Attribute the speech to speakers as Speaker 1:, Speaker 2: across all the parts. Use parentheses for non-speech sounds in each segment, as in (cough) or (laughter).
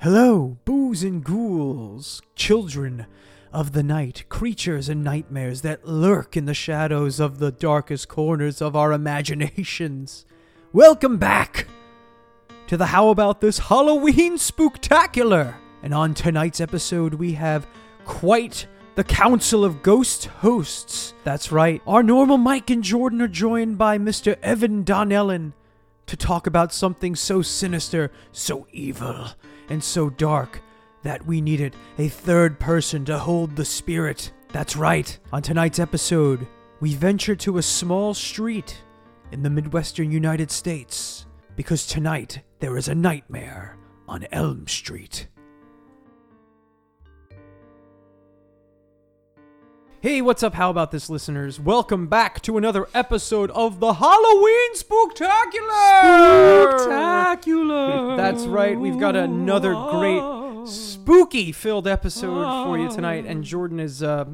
Speaker 1: Hello, boos and ghouls, children of the night, creatures and nightmares that lurk in the shadows of the darkest corners of our imaginations. Welcome back to the How About This Halloween Spooktacular! And on tonight's episode, we have quite the Council of Ghost Hosts. That's right, our normal Mike and Jordan are joined by Mr. Evan Donnellan to talk about something so sinister, so evil, and so dark that we needed a third person to hold the spirit. That's right. On tonight's episode, we venture to a small street in the Midwestern United States because tonight there is a nightmare on Elm Street. Hey, what's up? How about this, listeners? Welcome back to another episode of the Halloween Spooktacular!
Speaker 2: Spectacular.
Speaker 1: That's right, we've got another great spooky filled episode for you tonight, and Jordan is uh,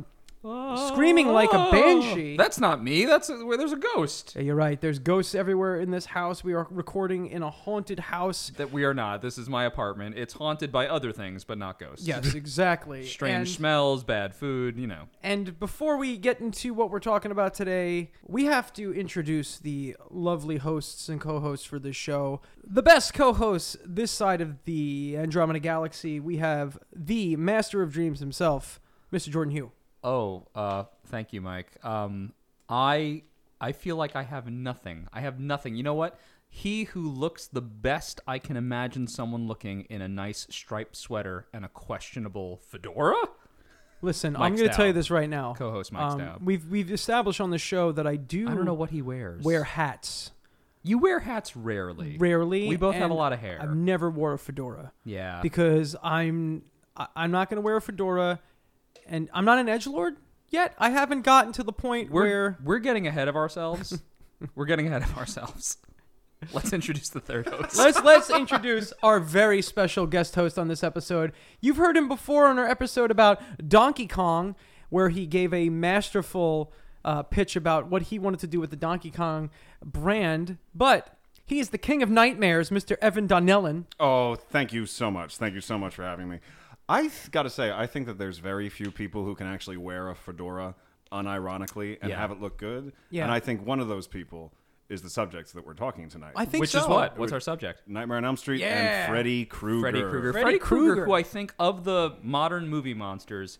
Speaker 1: screaming like a banshee.
Speaker 2: That's not me. That's where there's a ghost.
Speaker 1: Yeah, you're right, there's ghosts everywhere in this house. We are recording in a haunted house.
Speaker 2: That we are not. This is my apartment. It's haunted by other things, but not ghosts. (laughs)
Speaker 1: Yes, exactly.
Speaker 2: Strange
Speaker 1: And-
Speaker 2: smells, bad food, you know.
Speaker 1: And before we get into what we're talking about today, we have to introduce the lovely hosts and co hosts for this show. The best co hosts this side of the Andromeda Galaxy, we have the master of dreams himself, Mr. Jordan Hugh.
Speaker 2: Oh, uh, thank you, Mike. Um, I I feel like I have nothing. I have nothing. You know what? He who looks the best I can imagine someone looking in a nice striped sweater and a questionable fedora.
Speaker 1: Listen, I'm
Speaker 2: Mike
Speaker 1: going to
Speaker 2: Staub.
Speaker 1: tell you this right now. Um,
Speaker 2: Co-host Mike Staub.
Speaker 1: We've, we've established on the show that I do,
Speaker 2: I don't know what he wears.
Speaker 1: wear hats.
Speaker 2: you wear hats rarely.
Speaker 1: Rarely.
Speaker 2: We both have
Speaker 1: and
Speaker 2: a lot of hair.
Speaker 1: I've never wore a fedora.
Speaker 2: yeah.
Speaker 1: because I'm I- I'm not going to wear a fedora, and I'm not an edge lord yet. I haven't gotten to the point
Speaker 2: we're
Speaker 1: where
Speaker 2: we're getting ahead
Speaker 1: (laughs)
Speaker 2: of ourselves. we're getting ahead of ourselves. Let's introduce the third host.
Speaker 1: let's let's introduce (laughs) our very special guest host on this episode. You've heard him before on our episode about Donkey Kong, where he gave a masterful uh, pitch about what he wanted to do with the Donkey Kong brand, but. He is the king of nightmares, Mr. Evan Donnellan.
Speaker 3: Oh, thank you so much. Thank you so much for having me. I th- got to say, I think that there's very few people who can actually wear a fedora unironically and
Speaker 2: Yeah.
Speaker 3: have it look good.
Speaker 1: Yeah.
Speaker 3: And I think one of those people is the subjects that we're talking tonight.
Speaker 1: I think
Speaker 2: Which
Speaker 1: so.
Speaker 2: is what? What's our subject?
Speaker 3: Nightmare on Elm Street
Speaker 2: Yeah.
Speaker 3: and Freddy Krueger.
Speaker 2: Freddy Krueger.
Speaker 1: Freddy
Speaker 2: Freddy Krueger,
Speaker 1: Krueger.
Speaker 2: who I think of the modern movie monsters,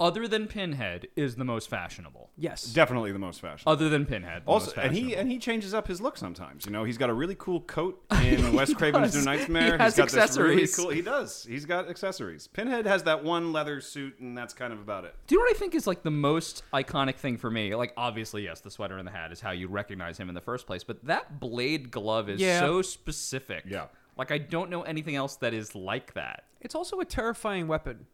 Speaker 2: other than Pinhead, is the most fashionable.
Speaker 1: Yes.
Speaker 3: Definitely the most fashionable.
Speaker 2: Other than Pinhead, the
Speaker 3: also,
Speaker 2: most
Speaker 3: and
Speaker 2: fashionable.
Speaker 3: he and he changes up his look sometimes. You know, he's got a really cool coat
Speaker 2: (laughs)
Speaker 3: in Wes Craven's
Speaker 2: does.
Speaker 3: New Nightmare.
Speaker 2: He has
Speaker 3: has got
Speaker 2: accessories.
Speaker 3: This really cool, he does. He's got accessories. Pinhead has that one leather suit, and that's kind of about it.
Speaker 2: Do you know what I think is like the most iconic thing for me? Like, obviously, yes, the sweater and the hat is how you recognize him in the first place, but that blade glove is
Speaker 1: Yeah.
Speaker 2: so specific.
Speaker 3: Yeah.
Speaker 2: Like, I don't know anything else that is like that.
Speaker 1: It's also a terrifying weapon,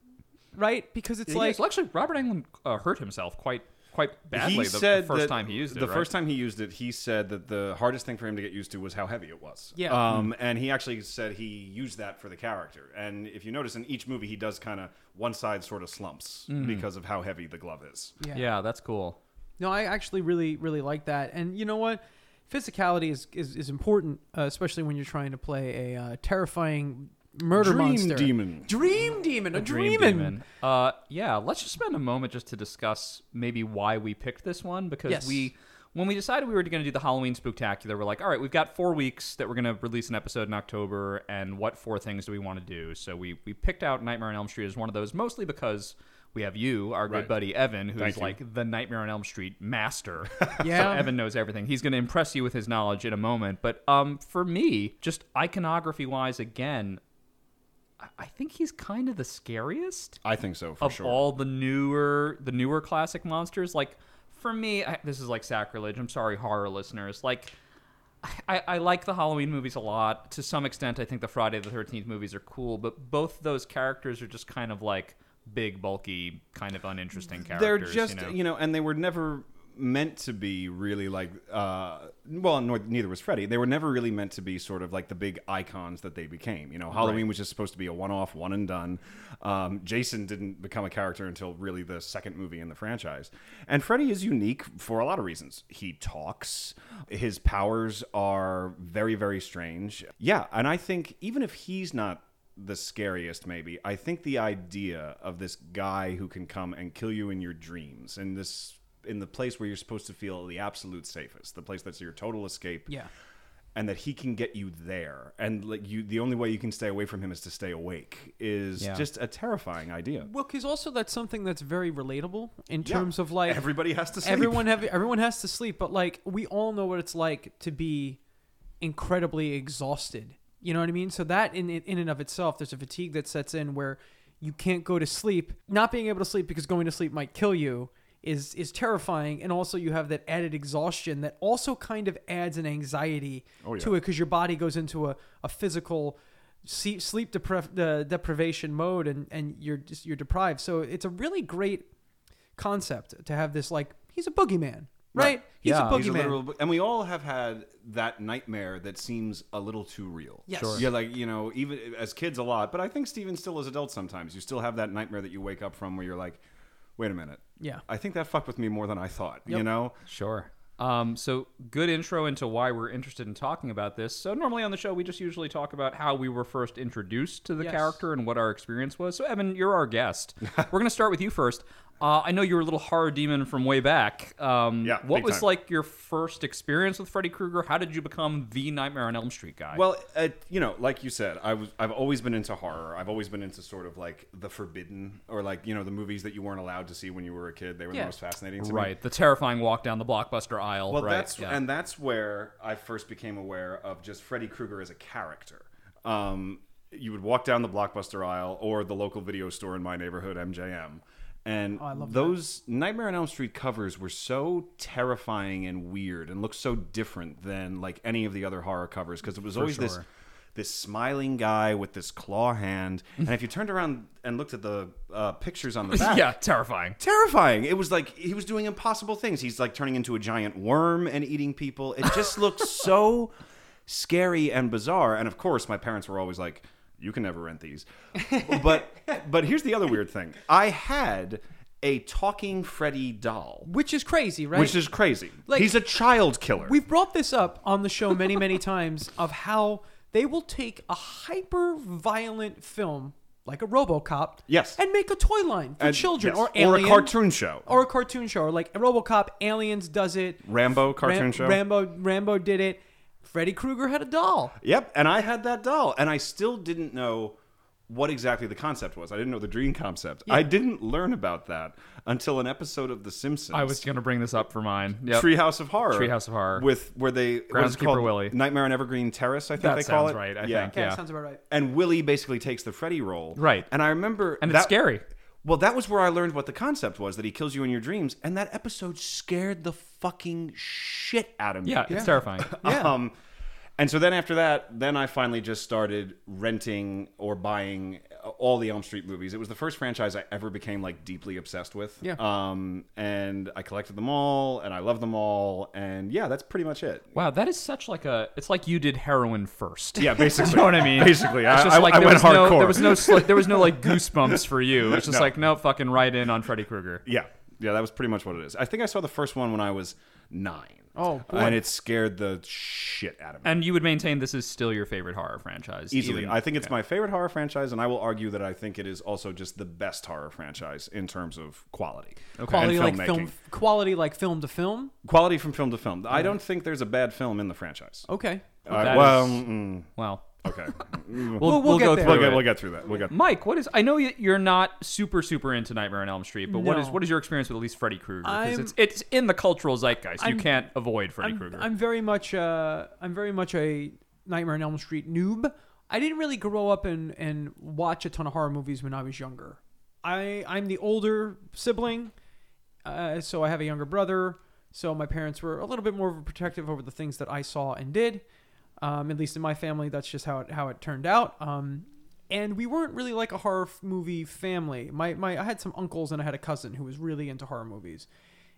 Speaker 1: right? Because it's
Speaker 2: It's
Speaker 1: like
Speaker 2: like well, actually Robert Englund uh, hurt himself quite quite badly the, the first
Speaker 3: that-
Speaker 2: time he used it.
Speaker 3: The
Speaker 2: right?
Speaker 3: first time he used it, he said that the hardest thing for him to get used to was how heavy it was.
Speaker 1: Yeah.
Speaker 3: Um, and he actually said he used that for the character. And if you notice in each movie, he does kind of one side sort of slumps because of how heavy the glove is.
Speaker 1: yeah.
Speaker 2: Mm. Yeah. that's cool.
Speaker 1: No, I actually really, really like that. And you know what? Physicality is, is, is important, uh, especially when you're trying to play a uh, terrifying murder
Speaker 3: Dream
Speaker 1: monster.
Speaker 3: demon.
Speaker 1: Dream demon. A dreamin'.
Speaker 2: Uh, yeah, let's just spend a moment just to discuss maybe why we picked this one because
Speaker 1: Yes.
Speaker 2: we. When we decided we were going to do the Halloween Spooktacular, we're like, all right, we've got four weeks that we're going to release an episode in October, and what four things do we want to do? So we, we picked out Nightmare on Elm Street as one of those, mostly because we have you, our good
Speaker 3: Right.
Speaker 2: buddy Evan, who's
Speaker 3: Thank you.
Speaker 2: like the Nightmare on Elm Street
Speaker 3: (laughs)
Speaker 2: master.
Speaker 1: Yeah.
Speaker 2: so Evan knows everything. He's going to impress you with his knowledge in a moment. But um, for me, just iconography wise, again, I- I think he's kind of the scariest
Speaker 3: I think so, for
Speaker 2: of
Speaker 3: sure.
Speaker 2: all the newer the newer classic monsters like for me I, this is like sacrilege i'm sorry horror listeners like I, I like the halloween movies a lot to some extent i think the friday the 13th movies are cool but both those characters are just kind of like big bulky kind of uninteresting
Speaker 3: They're
Speaker 2: characters
Speaker 3: just,
Speaker 2: you know,
Speaker 3: and they were never meant to be really like uh well nor, neither was freddy they were never really meant to be sort of like the big icons that they became you know halloween was just supposed to be a one-off one and done um, jason didn't become a character until really the second movie in the franchise and freddy is unique for a lot of reasons he talks his powers are very very strange yeah and i think even if he's not the scariest maybe i think the idea of this guy who can come and kill you in your dreams and this in the place where you're supposed to feel the absolute safest the place that's your total escape
Speaker 1: Yeah.
Speaker 3: and that he can get you there and like you the only way you can stay away from him is to stay awake is
Speaker 2: Yeah.
Speaker 3: just a terrifying idea
Speaker 1: Well, because also that's something that's very relatable in
Speaker 3: Yeah.
Speaker 1: terms of like
Speaker 3: everybody has to sleep.
Speaker 1: everyone have everyone has to sleep, but like we all know what it's like to be incredibly exhausted. You know what I mean? So that in in and of itself, there's a fatigue that sets in where you can't go to sleep. Not being able to sleep because going to sleep might kill you is is terrifying, and also you have that added exhaustion that also kind of adds an anxiety
Speaker 3: Oh, yeah.
Speaker 1: to it because your body goes into a, a physical see- sleep depri- uh, deprivation mode, and and you're just you're deprived. So it's a really great concept to have this like he's a boogeyman, right?
Speaker 3: Right.
Speaker 1: He's
Speaker 2: Yeah.
Speaker 1: a
Speaker 3: He's a
Speaker 1: boogeyman.
Speaker 3: literal bo- and we all have had that nightmare that seems a little too real.
Speaker 1: Yes. Sure.
Speaker 3: Yeah, like, you know, even as kids a lot, but I think Steven still as adults sometimes. You still have that nightmare that you wake up from where you're like, wait a minute.
Speaker 1: Yeah.
Speaker 3: I think that fucked with me more than I thought, you
Speaker 1: Yep.
Speaker 3: know?
Speaker 2: Sure. Um, so good intro into why we're interested in talking about this. So normally on the show we just usually talk about how we were first introduced to the
Speaker 1: Yes.
Speaker 2: character and what our experience was. So Evan, you're our
Speaker 3: (laughs)
Speaker 2: guest. we're gonna start with you first. Uh, I know you were a little horror demon from way back. Um,
Speaker 3: Yeah,
Speaker 2: what
Speaker 3: big
Speaker 2: was
Speaker 3: time.
Speaker 2: like your first experience with Freddy Krueger? How did you become the Nightmare on Elm Street guy?
Speaker 3: Well, uh, you know, like you said, I was I've always been into horror. I've always been into sort of like the forbidden or like, you know, the movies that you weren't allowed to see when you were a kid. They were
Speaker 1: Yeah.
Speaker 3: the most fascinating to me.
Speaker 2: right, the terrifying walk down the blockbuster aisle.
Speaker 3: Well,
Speaker 2: right,
Speaker 3: that's
Speaker 2: yeah. (laughs)
Speaker 3: and that's where I first became aware of just Freddy Krueger as a character. Um, you would walk down the blockbuster aisle or the local video store in my neighborhood, MJM, and
Speaker 1: I love that.
Speaker 3: those Nightmare on Elm Street covers were so terrifying and weird, and looked so different than like any of the other horror covers because it was always this
Speaker 2: sure.
Speaker 3: this smiling guy with this claw hand, and if you turned around and looked at the uh, pictures
Speaker 2: (laughs)
Speaker 3: on the back,
Speaker 2: yeah, terrifying.
Speaker 3: terrifying. It was like he was doing impossible things. He's like turning into a giant worm and eating people. It just looked so scary and bizarre. And of course, my parents were always like, "You can never rent these." But but here's the other weird thing. I had a talking Freddy doll,
Speaker 1: Which is crazy, right?
Speaker 3: which is crazy.
Speaker 1: Like-
Speaker 3: He's a child killer.
Speaker 1: We've brought this up on the show many, many times of how they will take a hyper violent film like a RoboCop,
Speaker 3: Yes.
Speaker 1: and make a toy line for
Speaker 3: And-
Speaker 1: children
Speaker 3: yes,
Speaker 1: or alien
Speaker 3: or a cartoon show.
Speaker 1: or a cartoon show or like RoboCop, Aliens does it,
Speaker 3: Rambo cartoon
Speaker 1: Ram-
Speaker 3: show.
Speaker 1: Rambo, Rambo did it. Freddy Krueger had a doll.
Speaker 3: Yep, and I had that doll, and I still didn't know what exactly the concept was. I didn't know the dream concept. I didn't learn about that until an episode of The Simpsons.
Speaker 2: I was gonna bring this up for mine. Yep.
Speaker 3: Treehouse of Horror.
Speaker 2: Treehouse of Horror.
Speaker 3: with where they what is it
Speaker 2: Groundskeeper
Speaker 3: called?
Speaker 2: Willie.
Speaker 3: Nightmare on Evergreen Terrace. I think
Speaker 2: That
Speaker 3: they call
Speaker 2: sounds
Speaker 3: it.
Speaker 2: right, I think.
Speaker 1: Yeah,
Speaker 2: Yeah.
Speaker 1: sounds about right.
Speaker 3: And Willie basically takes the Freddy role.
Speaker 2: Right.
Speaker 3: And I remember
Speaker 2: And it's scary.
Speaker 3: Well, that was where I learned what the concept was that he kills you in your dreams, and that episode scared the fucking shit out of me.
Speaker 2: Yeah, it's
Speaker 3: (laughs)
Speaker 2: terrifying.
Speaker 1: Yeah.
Speaker 3: Um, and so then after that, then I finally just started renting or buying all the Elm Street movies. It was the first franchise I ever became like deeply obsessed with.
Speaker 1: Yeah.
Speaker 3: Um, and I collected them all, and I love them all, and yeah, that's pretty much it.
Speaker 2: Wow, that is such like a. It's like you did heroin first. (laughs)
Speaker 3: Yeah, basically.
Speaker 2: you know what I mean.
Speaker 3: Basically, I,
Speaker 2: It's just
Speaker 3: I-
Speaker 2: like
Speaker 3: I
Speaker 2: there
Speaker 3: went
Speaker 2: was no,
Speaker 3: hardcore.
Speaker 2: There was no, sli- there was no like goosebumps for you. It's just like no, fucking right in on Freddy Krueger.
Speaker 3: Yeah, yeah, that was pretty much what it is. I think I saw the first one when I was nine.
Speaker 1: Oh, boy.
Speaker 3: and it scared the shit out of me.
Speaker 2: And you would maintain this is still your favorite horror franchise.
Speaker 3: Easily,
Speaker 2: even-
Speaker 3: I think it's my favorite horror franchise, and I will argue that I think it is also just the best horror franchise in terms of quality,
Speaker 1: Quality
Speaker 3: and
Speaker 1: like
Speaker 3: filmmaking.
Speaker 1: film, quality like film to film.
Speaker 3: quality from film to film. I don't think there's a bad film in the franchise.
Speaker 1: Okay,
Speaker 3: Uh,
Speaker 2: that
Speaker 3: well,
Speaker 2: is-
Speaker 3: mm,
Speaker 2: Well,
Speaker 3: okay,
Speaker 1: (laughs)
Speaker 2: we'll,
Speaker 1: we'll
Speaker 2: we'll,
Speaker 1: get
Speaker 2: go
Speaker 1: there.
Speaker 2: through
Speaker 3: we'll get
Speaker 2: it.
Speaker 3: we'll get through that. We'll get.
Speaker 1: Mm.
Speaker 2: Mike, what is? I know you- you're not super super into Nightmare on Elm Street, but what is
Speaker 1: No.
Speaker 2: what is your experience with at least Freddy Krueger? Because
Speaker 1: I'm-
Speaker 2: it's it's in the cultural zeitgeist.
Speaker 1: I'm-
Speaker 2: you can't avoid Freddy
Speaker 1: I'm,
Speaker 2: Krueger.
Speaker 1: I'm very much uh, I'm very much a Nightmare on Elm Street noob. I didn't really grow up and, and watch a ton of horror movies when I was younger. I I'm the older sibling, uh, so I have a younger brother. So my parents were a little bit more protective over the things that I saw and did. Um, at least in my family, that's just how it how it turned out. Um, and we weren't really like a horror f- movie family. My, my I had some uncles and I had a cousin who was really into horror movies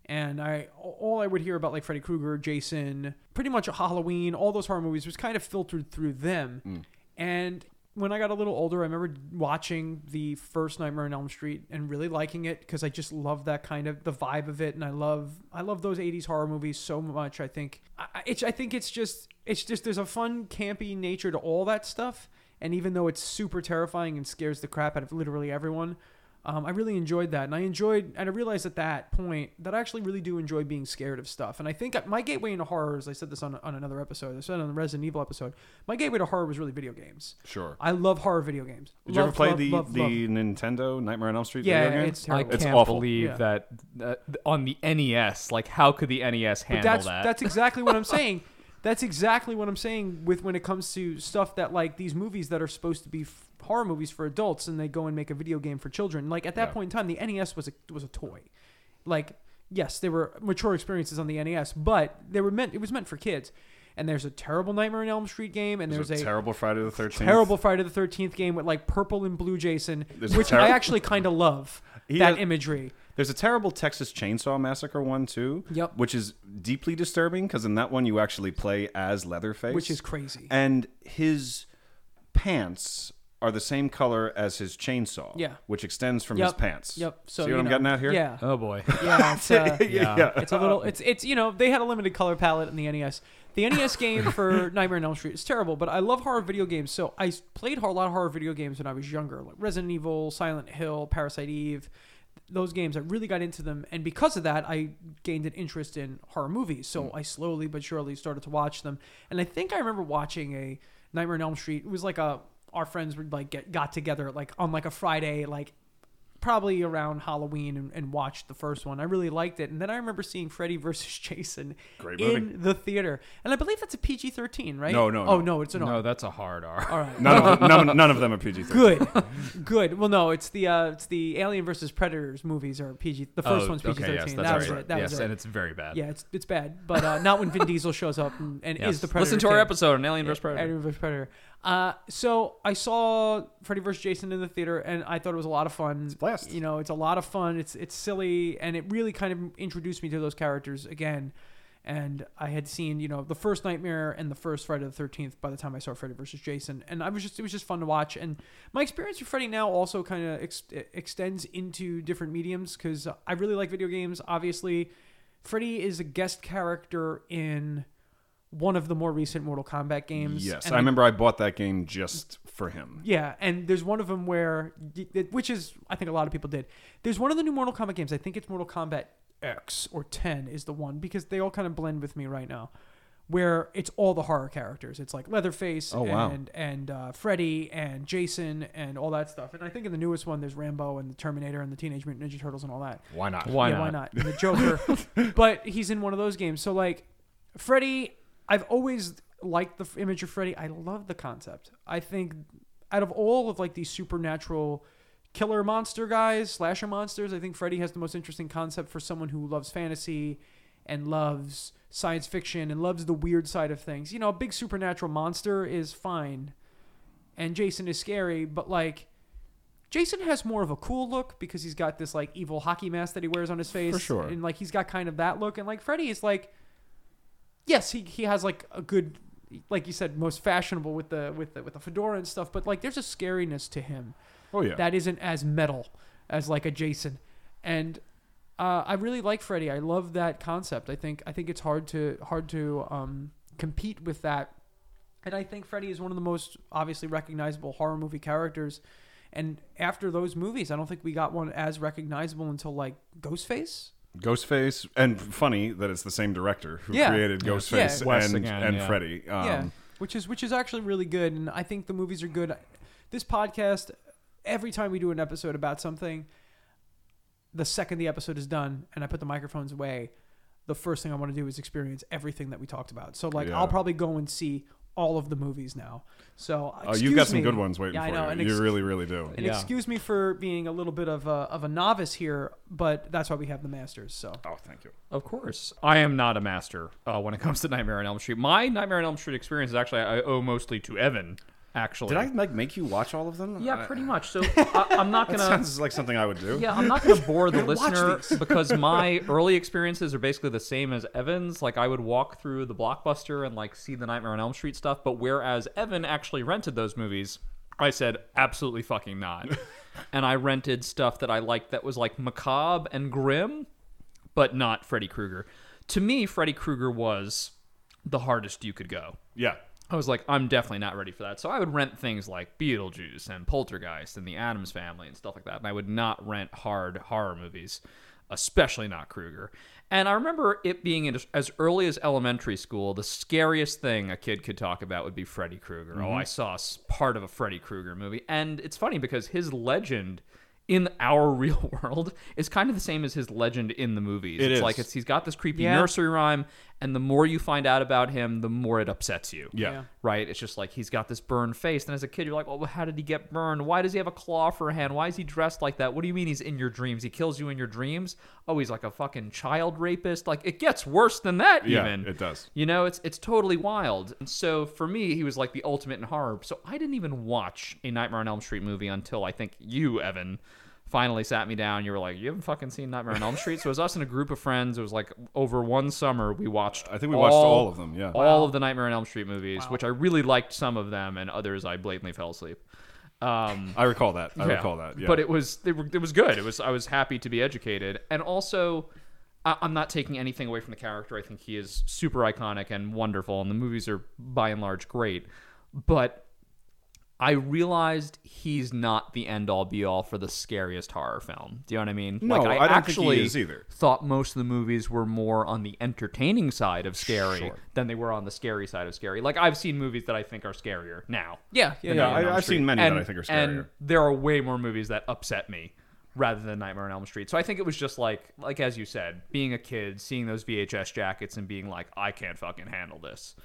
Speaker 1: and I all I would hear about like Freddy Krueger, Jason, pretty much Halloween, all those horror movies was kind of filtered through them. And when I got a little older, I remember watching the first Nightmare on Elm Street and really liking it because I just love that kind of the vibe of it, and I love I love those '80s horror movies so much. I think I, I- it's I think it's just it's just there's a fun campy nature to all that stuff, And even though it's super terrifying and scares the crap out of literally everyone, um, I really enjoyed that. And I enjoyed, and I realized at that point that I actually really do enjoy being scared of stuff. And I think my gateway into horror, as I said this on, on another episode, I said on the Resident Evil episode, my gateway to horror was really video games.
Speaker 3: Sure.
Speaker 1: I love horror video games.
Speaker 3: Did you
Speaker 1: Love,
Speaker 3: ever play
Speaker 1: love,
Speaker 3: the
Speaker 1: love,
Speaker 3: the
Speaker 1: love.
Speaker 3: Nintendo Nightmare on Elm Street?
Speaker 1: Yeah,
Speaker 3: video game?
Speaker 1: it's terrible.
Speaker 2: I
Speaker 3: It's
Speaker 2: can't
Speaker 3: awful.
Speaker 2: believe
Speaker 1: Yeah.
Speaker 2: that uh, on the NES. Like, how could the NES handle
Speaker 1: But that's
Speaker 2: that?
Speaker 1: that's exactly
Speaker 3: (laughs)
Speaker 1: what I'm saying. That's exactly what I'm saying with when it comes to stuff that like these movies that are supposed to be f- horror movies for adults and they go and make a video game for children. Like at that
Speaker 3: Yeah.
Speaker 1: point in time, the NES was a was a toy. Like yes, there were mature experiences on the NES, but they were meant it was meant for kids. And there's a terrible Nightmare on Elm Street game, and
Speaker 3: There's
Speaker 1: there's,
Speaker 3: a
Speaker 1: a
Speaker 3: terrible Friday the Thirteenth.
Speaker 1: terrible Friday the Thirteenth game with like purple and blue Jason,
Speaker 3: There's a
Speaker 1: which
Speaker 3: ter-
Speaker 1: I actually kind of love
Speaker 3: He
Speaker 1: that
Speaker 3: has-
Speaker 1: imagery.
Speaker 3: There's a terrible Texas Chainsaw Massacre one too.
Speaker 1: Yep.
Speaker 3: Which is deeply disturbing because in that one you actually play as Leatherface,
Speaker 1: Which is crazy.
Speaker 3: And his pants are the same color as his chainsaw.
Speaker 1: Yeah.
Speaker 3: Which extends from his
Speaker 1: Yep.
Speaker 3: pants.
Speaker 1: Yep. So
Speaker 3: See what
Speaker 1: you
Speaker 3: I'm
Speaker 1: know,
Speaker 3: getting at here?
Speaker 1: Yeah. (laughs)
Speaker 2: oh boy.
Speaker 1: Yeah. It's, uh,
Speaker 3: (laughs) yeah.
Speaker 1: It's a little. It's it's you know they had a limited color palette in the NES. The NES game for Nightmare on Elm Street is terrible, but I love horror video games. So I s- played a lot of horror video games when I was younger, like Resident Evil, Silent Hill, Parasite Eve. Those games, I really got into them, and because of that, I gained an interest in horror movies. So I slowly but surely started to watch them, and I think I remember watching a Nightmare on Elm Street. It was like a our friends would like get got together like on like a Friday, like probably around Halloween and, and watched the first one. I really liked it, and then I remember seeing Freddy versus (laughs) Jason
Speaker 3: Great movie.
Speaker 1: in the theater, and I believe that's a PG thirteen, right?
Speaker 3: No, no,
Speaker 1: Oh
Speaker 3: no.
Speaker 1: no, it's an R.
Speaker 2: No, that's a hard
Speaker 1: (laughs)
Speaker 2: R.
Speaker 1: All right.
Speaker 3: None of them, none, none of them are PG.
Speaker 1: (laughs) Good, good. Well, no, it's the uh, it's the Alien versus Predators movies are PG. The first
Speaker 2: Oh,
Speaker 1: one's PG
Speaker 2: Okay,
Speaker 1: thirteen.
Speaker 2: yes, that's
Speaker 1: that was
Speaker 2: right.
Speaker 1: it. That
Speaker 2: yes,
Speaker 1: was it.
Speaker 2: and it's very bad.
Speaker 1: yeah, it's it's bad, but uh, not when
Speaker 2: (laughs)
Speaker 1: Vin Diesel shows up and, and
Speaker 2: Yes.
Speaker 1: is the Predator.
Speaker 2: Listen to our
Speaker 1: king.
Speaker 2: episode on Alien vs. Predator.
Speaker 1: Alien vs. Predator. Uh, so I saw Freddy vs. Jason in the theater, and I thought it was a lot of fun. It's
Speaker 3: blast.
Speaker 1: You know, it's a lot of fun. It's it's silly, and it really kind of introduced me to those characters again. And I had seen, you know, the first Nightmare and the first Friday the Thirteenth by the time I saw Freddy vs. Jason, and I was just it was just fun to watch. And my experience with Freddy now also kind of ex- extends into different mediums because I really like video games. Obviously, Freddy is a guest character in one of the more recent Mortal Kombat games.
Speaker 3: Yes,
Speaker 1: and
Speaker 3: I remember I bought that game just for him.
Speaker 1: yeah, and there's one of them where, which is I think a lot of people did. There's one of the new Mortal Kombat games. I think it's Mortal Kombat X or 10 is the one because they all kind of blend with me right now. Where it's all the horror characters. It's like Leatherface
Speaker 3: Oh, wow.
Speaker 1: and and uh, Freddy and Jason and all that stuff. And I think in the newest one there's Rambo and the Terminator and the Teenage Mutant Ninja Turtles and all that
Speaker 3: Why not?
Speaker 2: Why
Speaker 1: yeah,
Speaker 2: not?
Speaker 1: why not? And the Joker, but he's in one of those games. So like, Freddy, I've always liked the f- image of Freddy. I love the concept. I think out of all of like these supernatural killer monster guys, slasher monsters, I think Freddy has the most interesting concept for someone who loves fantasy and loves science fiction and loves the weird side of things. You know, a big supernatural monster is fine and Jason is scary, but like Jason has more of a cool look because he's got this like evil hockey mask that he wears on his face.
Speaker 3: For sure.
Speaker 1: And like he's got kind of that look. And like Freddy is like Yes, he, he has like a good like you said, most fashionable with the with the with the fedora and stuff, but like there's a scariness to him
Speaker 3: Oh yeah.
Speaker 1: that isn't as metal as like a Jason. And uh, I really like Freddy. I love that concept. I think I think it's hard to hard to um, compete with that. And I think Freddy is one of the most obviously recognizable horror movie characters. And after those movies, I don't think we got one as recognizable until like Ghostface.
Speaker 3: Ghostface, and funny that it's the same director who
Speaker 1: Yeah.
Speaker 3: created
Speaker 2: Yeah.
Speaker 3: Ghostface
Speaker 1: Yeah.
Speaker 2: Wes
Speaker 3: and
Speaker 2: again,
Speaker 3: and
Speaker 2: yeah.
Speaker 3: Freddy. Um,
Speaker 1: yeah, which is which is actually really good, and I think the movies are good. This podcast, every time we do an episode about something, the second the episode is done and I put the microphones away, the first thing I want to do is experience everything that we talked about. So like,
Speaker 3: Yeah.
Speaker 1: I'll probably go and see all of the movies now. So
Speaker 3: Oh,
Speaker 1: excuse
Speaker 3: you've got some
Speaker 1: me.
Speaker 3: good ones waiting
Speaker 1: Yeah,
Speaker 3: for
Speaker 1: I know,
Speaker 3: you.
Speaker 1: and
Speaker 3: you
Speaker 1: ex-
Speaker 3: really, really do.
Speaker 1: And
Speaker 2: Yeah.
Speaker 1: excuse me for being a little bit of a of a novice here, but that's why we have the masters. So
Speaker 3: Oh, thank you.
Speaker 2: Of course. I am not a master uh, when it (laughs) comes to Nightmare on Elm Street. My Nightmare on Elm Street experience is actually I owe mostly to Evan. Actually, Uh,
Speaker 3: Did I like make you watch all of them?
Speaker 2: Yeah,
Speaker 3: I-
Speaker 2: pretty much. (laughs) So I, I'm not
Speaker 3: That
Speaker 2: gonna.
Speaker 3: (laughs) sounds like something I would do.
Speaker 2: Yeah, I'm not going to bore the
Speaker 3: Watch
Speaker 2: listener because my early experiences are basically the same as Evan's. Like, I would walk through the blockbuster and like see the Nightmare on Elm Street stuff, but whereas Evan actually rented those movies, I said absolutely fucking not. and I rented stuff that I liked that was like macabre and grim, but not Freddy Krueger. To me, Freddy Krueger was the hardest you could go.
Speaker 3: Yeah.
Speaker 2: I was like, I'm definitely not ready for that. So I would rent things like Beetlejuice and Poltergeist and The Adams Family and stuff like that. And I would not rent hard horror movies, especially not Krueger. And I remember it being in as early as elementary school, the scariest thing a kid could talk about would be Freddy Krueger. Oh,
Speaker 3: Mm-hmm.
Speaker 2: I saw s- part of a Freddy Krueger movie. And it's funny because his legend in our (laughs) real world is kind of the same as his legend in the movies.
Speaker 3: It
Speaker 2: it's
Speaker 3: is.
Speaker 2: like it's he's got this creepy
Speaker 1: Yeah.
Speaker 2: nursery rhyme and the more you find out about him, the more it upsets you
Speaker 3: Yeah.
Speaker 1: Yeah.
Speaker 2: right? It's just like he's got this burned face. And as a kid, you're like, well, how did he get burned? Why does he have a claw for a hand? Why is he dressed like that? What do you mean he's in your dreams? He kills you in your dreams? Oh, he's like a fucking child rapist. Like it gets worse than that,
Speaker 3: Yeah,
Speaker 2: even.
Speaker 3: it does.
Speaker 2: You know, it's it's totally wild. And so for me, he was like the ultimate in horror. So I didn't even watch a Nightmare on Elm Street movie until I think you, Evan, finally sat me down. You were like, "You haven't fucking seen Nightmare on Elm Street." so it was us and a group of friends. It was like over one summer we watched.
Speaker 3: I think we watched all of them, yeah.
Speaker 2: all of the Nightmare on Elm Street movies, which I really liked some of them, and others I blatantly fell asleep. Um,
Speaker 3: I recall that. I
Speaker 2: yeah.
Speaker 3: recall that. Yeah.
Speaker 2: But it was they were, it was good. It was I was happy to be educated, and also I, I'm not taking anything away from the character. I think he is super iconic and wonderful, and the movies are by and large great. But I realized he's not the end all be all for the scariest horror film. Do you know what I mean?
Speaker 3: No, I don't think he is either.
Speaker 2: Thought most of the movies were more on the entertaining side of scary
Speaker 3: Sure.
Speaker 2: than they were on the scary side of scary. Like I've seen movies that I think are scarier now. Yeah, yeah,
Speaker 3: yeah, I- I've seen many that I think are
Speaker 2: And
Speaker 3: scarier.
Speaker 2: there are way more movies that upset me rather than Nightmare on Elm Street. So I think it was just like, like as you said, being a kid, seeing those VHS jackets and being like, I can't fucking handle this.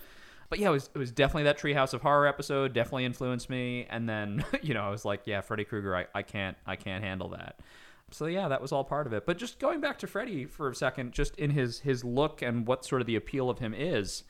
Speaker 2: But yeah, it was, it was definitely that Treehouse of Horror episode definitely influenced me. And then, (laughs) you know, I was like, yeah, Freddy Krueger, I, I can't, I can't handle that. So yeah, that was all part of it. But just going back to Freddy for a second, just in his, his look and what sort of the appeal of him is,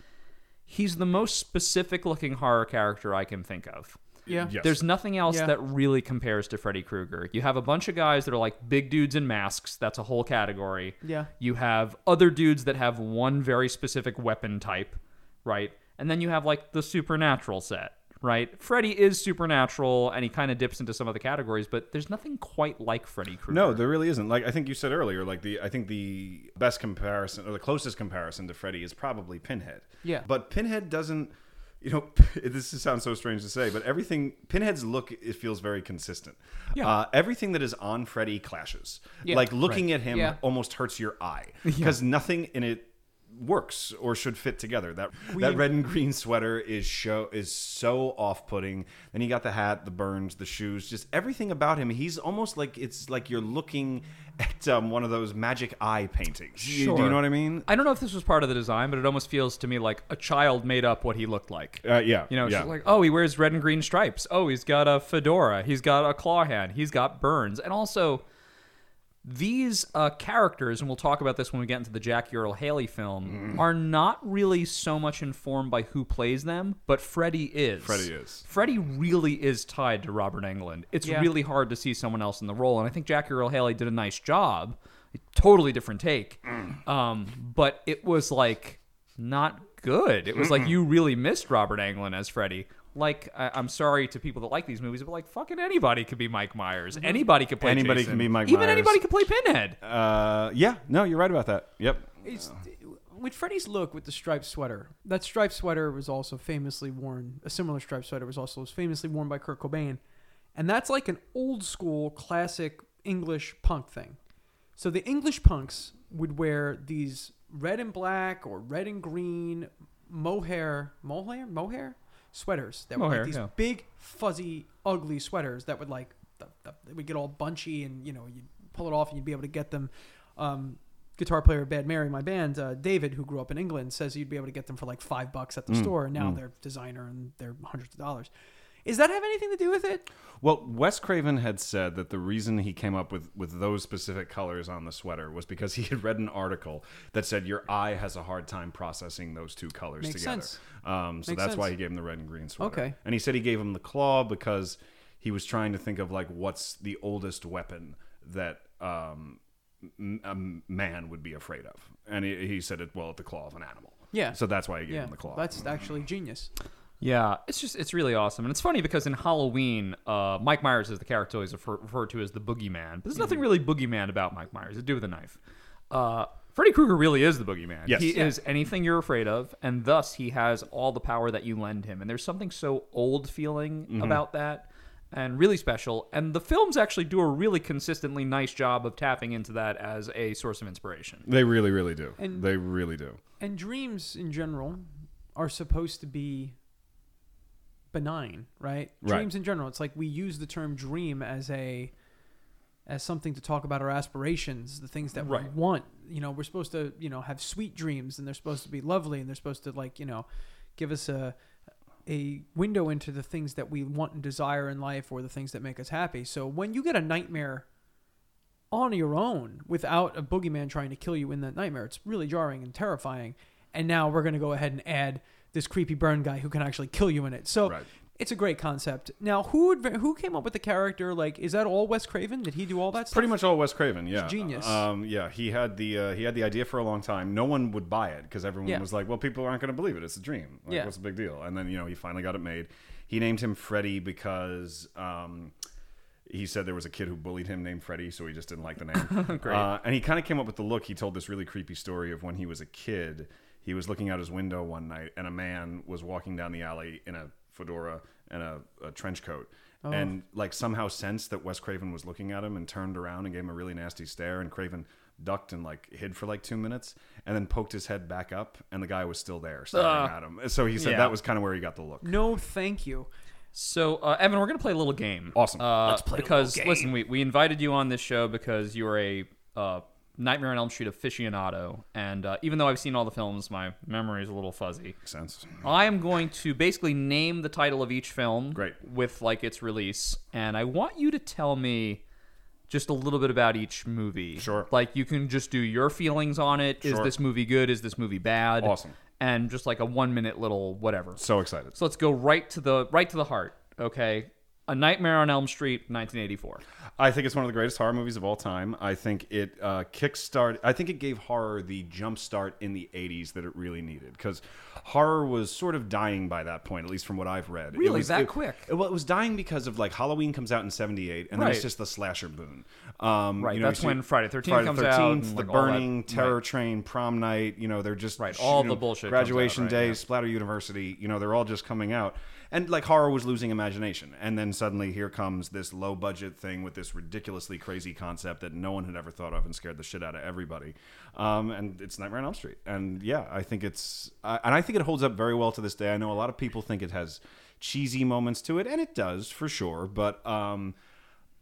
Speaker 2: he's the most specific looking horror character I can think of.
Speaker 1: Yeah.
Speaker 3: Yes.
Speaker 2: There's nothing else
Speaker 1: Yeah.
Speaker 2: that really compares to Freddy Krueger. You have a bunch of guys that are like big dudes in masks. That's a whole category.
Speaker 1: Yeah.
Speaker 2: You have other dudes that have one very specific weapon type, right? And then you have like the supernatural set, right? Freddy is supernatural and he kind of dips into some other categories, but there's nothing quite like Freddy Krueger.
Speaker 3: No, there really isn't. Like I think you said earlier, like the I think the best comparison or the closest comparison to Freddy is probably Pinhead.
Speaker 1: Yeah.
Speaker 3: But Pinhead doesn't. You know, (laughs) this sounds so strange to say, but everything Pinhead's look it feels very consistent. Yeah. Uh, everything that is on Freddy clashes.
Speaker 1: Yeah.
Speaker 3: Like looking at him
Speaker 1: Yeah.
Speaker 3: almost hurts your
Speaker 2: (laughs)
Speaker 3: eye because nothing in it works or should fit together. That that red and green sweater is show is so off putting. Then you got the hat, the burns, the shoes, just everything about him. He's almost like it's like you're looking at um, one of those magic eye paintings. You- Do
Speaker 2: Sure.
Speaker 3: you know what I mean?
Speaker 2: I don't know if this was part of the design, but it almost feels to me like a child made up what he looked like.
Speaker 3: Uh, yeah.
Speaker 2: You know, it's
Speaker 3: yeah.
Speaker 2: just like, oh, he wears red and green stripes. Oh, he's got a fedora. He's got a claw hand. He's got burns. And also, these uh, characters, and we'll talk about this when we get into the Jack Earl Haley film, are not really so much informed by who plays them, but Freddy is.
Speaker 3: Freddy is.
Speaker 2: Freddy really is tied to Robert Englund. It's
Speaker 1: Yeah.
Speaker 2: really hard to see someone else in the role, and I think Jackie Earl Haley did a nice job. A totally different take, um, but it was like not good. It was like you really missed Robert Englund as Freddy. Like I- I'm sorry to people that like these movies, but like fucking anybody could be Mike Myers. Anybody could play.
Speaker 3: Anybody
Speaker 2: Jason.
Speaker 3: can be Mike
Speaker 2: Even
Speaker 3: Myers.
Speaker 2: anybody could play Pinhead.
Speaker 3: uh, yeah. No, you're right about that. Yep.
Speaker 1: It's, with Freddy's look with the striped sweater, that striped sweater was also famously worn. A similar striped sweater was also famously worn by Kurt Cobain, and that's like an old school classic English punk thing. So the English punks would wear these red and black or red and green mohair, mohair, mohair sweaters that were
Speaker 2: Mohair,
Speaker 1: like these
Speaker 2: yeah.
Speaker 1: big fuzzy ugly sweaters that would like the, the, they would get all bunchy and you know you'd pull it off and you'd be able to get them um, guitar player of bad mary my band uh, david who grew up in england says you'd be able to get them for like five bucks at the store and now they're designer and they're hundreds of dollars does that have anything to do with it
Speaker 3: Well, Wes Craven had said that the reason he came up with, with those specific colors on the sweater was because he had read an article that said your eye has a hard time processing those two colors
Speaker 1: Makes
Speaker 3: together.
Speaker 1: sense.
Speaker 3: Um, so
Speaker 1: Makes
Speaker 3: that's why
Speaker 1: sense.
Speaker 3: he gave him the red and green sweater.
Speaker 1: Okay.
Speaker 3: And he said he gave him the claw because he was trying to think of like what's the oldest weapon that um, m- a man would be afraid of, and he, he said it well the claw of an animal.
Speaker 1: Yeah.
Speaker 3: So that's why he gave
Speaker 1: yeah
Speaker 3: him the claw.
Speaker 1: that's actually genius
Speaker 2: Yeah, it's just it's really awesome, and it's funny because in Halloween, uh, Mike Myers is the character always
Speaker 3: Mm-hmm.
Speaker 2: refer- referred to as the boogeyman. But there's nothing really boogeyman about Mike Myers. It's to do with a knife. Uh, Freddy Krueger really is the boogeyman.
Speaker 3: Yes.
Speaker 2: He
Speaker 3: Yeah.
Speaker 2: is anything you're afraid of, and thus he has all the power that you lend him. And there's something so old feeling
Speaker 3: Mm-hmm.
Speaker 2: about that and really special. And the films actually do a really consistently nice job of tapping into that as a source of inspiration.
Speaker 3: They really, really do.
Speaker 1: And-
Speaker 3: they really do.
Speaker 1: And dreams in general are supposed to be benign, right?
Speaker 3: Right.
Speaker 1: Dreams in general. It's like we use the term dream as a as something to talk about our aspirations, the things that we
Speaker 2: Right.
Speaker 1: want. You know, we're supposed to, you know, have sweet dreams and they're supposed to be lovely and they're supposed to like, you know, give us a a window into the things that we want and desire in life or the things that make us happy. So when you get a nightmare on your own without a boogeyman trying to kill you in that nightmare. It's really jarring and terrifying. And now we're going to go ahead and add this creepy burn guy who can actually kill you in it. So
Speaker 3: Right.
Speaker 1: it's a great concept. Now, who adv- who came up with the character? Like, is that all Wes Craven? Did he do all that stuff?
Speaker 3: Pretty much all Wes Craven, yeah.
Speaker 1: genius.
Speaker 3: Um, yeah, he had the uh, he had the idea for a long time. No one would buy it because everyone
Speaker 1: Yeah.
Speaker 3: was like, "Well, people aren't going to believe it. It's a dream. Like,
Speaker 1: Yeah.
Speaker 3: what's the big deal?" And then you know he finally got it made. He named him Freddy because um, he said there was a kid who bullied him named Freddy, so he just didn't like the name.
Speaker 2: (laughs) Great.
Speaker 3: Uh, and he kind of came up with the look. He told this really creepy story of when he was a kid. He was looking out his window one night, and a man was walking down the alley in a fedora and a, a trench coat,
Speaker 2: Oh.
Speaker 3: and like somehow sensed that Wes Craven was looking at him, and turned around and gave him a really nasty stare. And Craven ducked and like hid for like two minutes, and then poked his head back up, and the guy was still there staring at him. So he said
Speaker 2: Yeah.
Speaker 3: that was kind of where he got the look.
Speaker 1: No, thank you.
Speaker 2: So, uh, Evan, we're going to play a little game.
Speaker 3: Awesome.
Speaker 2: Uh,
Speaker 3: Let's
Speaker 2: play because, listen, we, we invited you on this show because you're a uh, Nightmare on Elm Street aficionado. And uh, even though I've seen all the films, my memory is a little fuzzy.
Speaker 3: Makes sense.
Speaker 2: I am going to basically name the title of each film
Speaker 3: Great.
Speaker 2: with like its release and I want you to tell me just a little bit about each movie.
Speaker 3: Sure.
Speaker 2: Like you can just do your feelings on it. Is
Speaker 3: Sure.
Speaker 2: this movie good? Is this movie bad?
Speaker 3: Awesome.
Speaker 2: And just like a 1 minute little whatever.
Speaker 3: So excited.
Speaker 2: So let's go right to the right to the heart, okay? A Nightmare on Elm Street 1984.
Speaker 3: I think it's one of the greatest horror movies of all time. I think it uh, kickstart. I think it gave horror the jump start in the '80s that it really needed because horror was sort of dying by that point, at least from what I've read. It
Speaker 2: Really?
Speaker 3: was,
Speaker 2: That
Speaker 3: it-
Speaker 2: quick?
Speaker 3: it- well, it was dying because of like Halloween comes out in '78, and then it's
Speaker 2: Right.
Speaker 3: just the slasher boom. Um,
Speaker 2: Right,
Speaker 3: you know,
Speaker 2: that's
Speaker 3: you see
Speaker 2: when Friday 13th
Speaker 3: Friday
Speaker 2: comes
Speaker 3: 13th,
Speaker 2: out and,
Speaker 3: the
Speaker 2: like, all that-
Speaker 3: Burning, Terror Train, Prom Night. You know, they're just
Speaker 2: Right, all
Speaker 3: you
Speaker 2: the
Speaker 3: know,
Speaker 2: bullshit comes out,
Speaker 3: Graduation
Speaker 2: right,
Speaker 3: Day,
Speaker 2: yeah.
Speaker 3: Splatter University, you know, they're all just coming out. And like horror was losing imagination. And then suddenly here comes this low budget thing with this ridiculously crazy concept that no one had ever thought of and scared the shit out of everybody. Um, and it's Nightmare on Elm Street. And yeah, I think it's, I and I think it holds up very well to this day. I know a lot of people think it has cheesy moments to it, and it does for sure. But, um,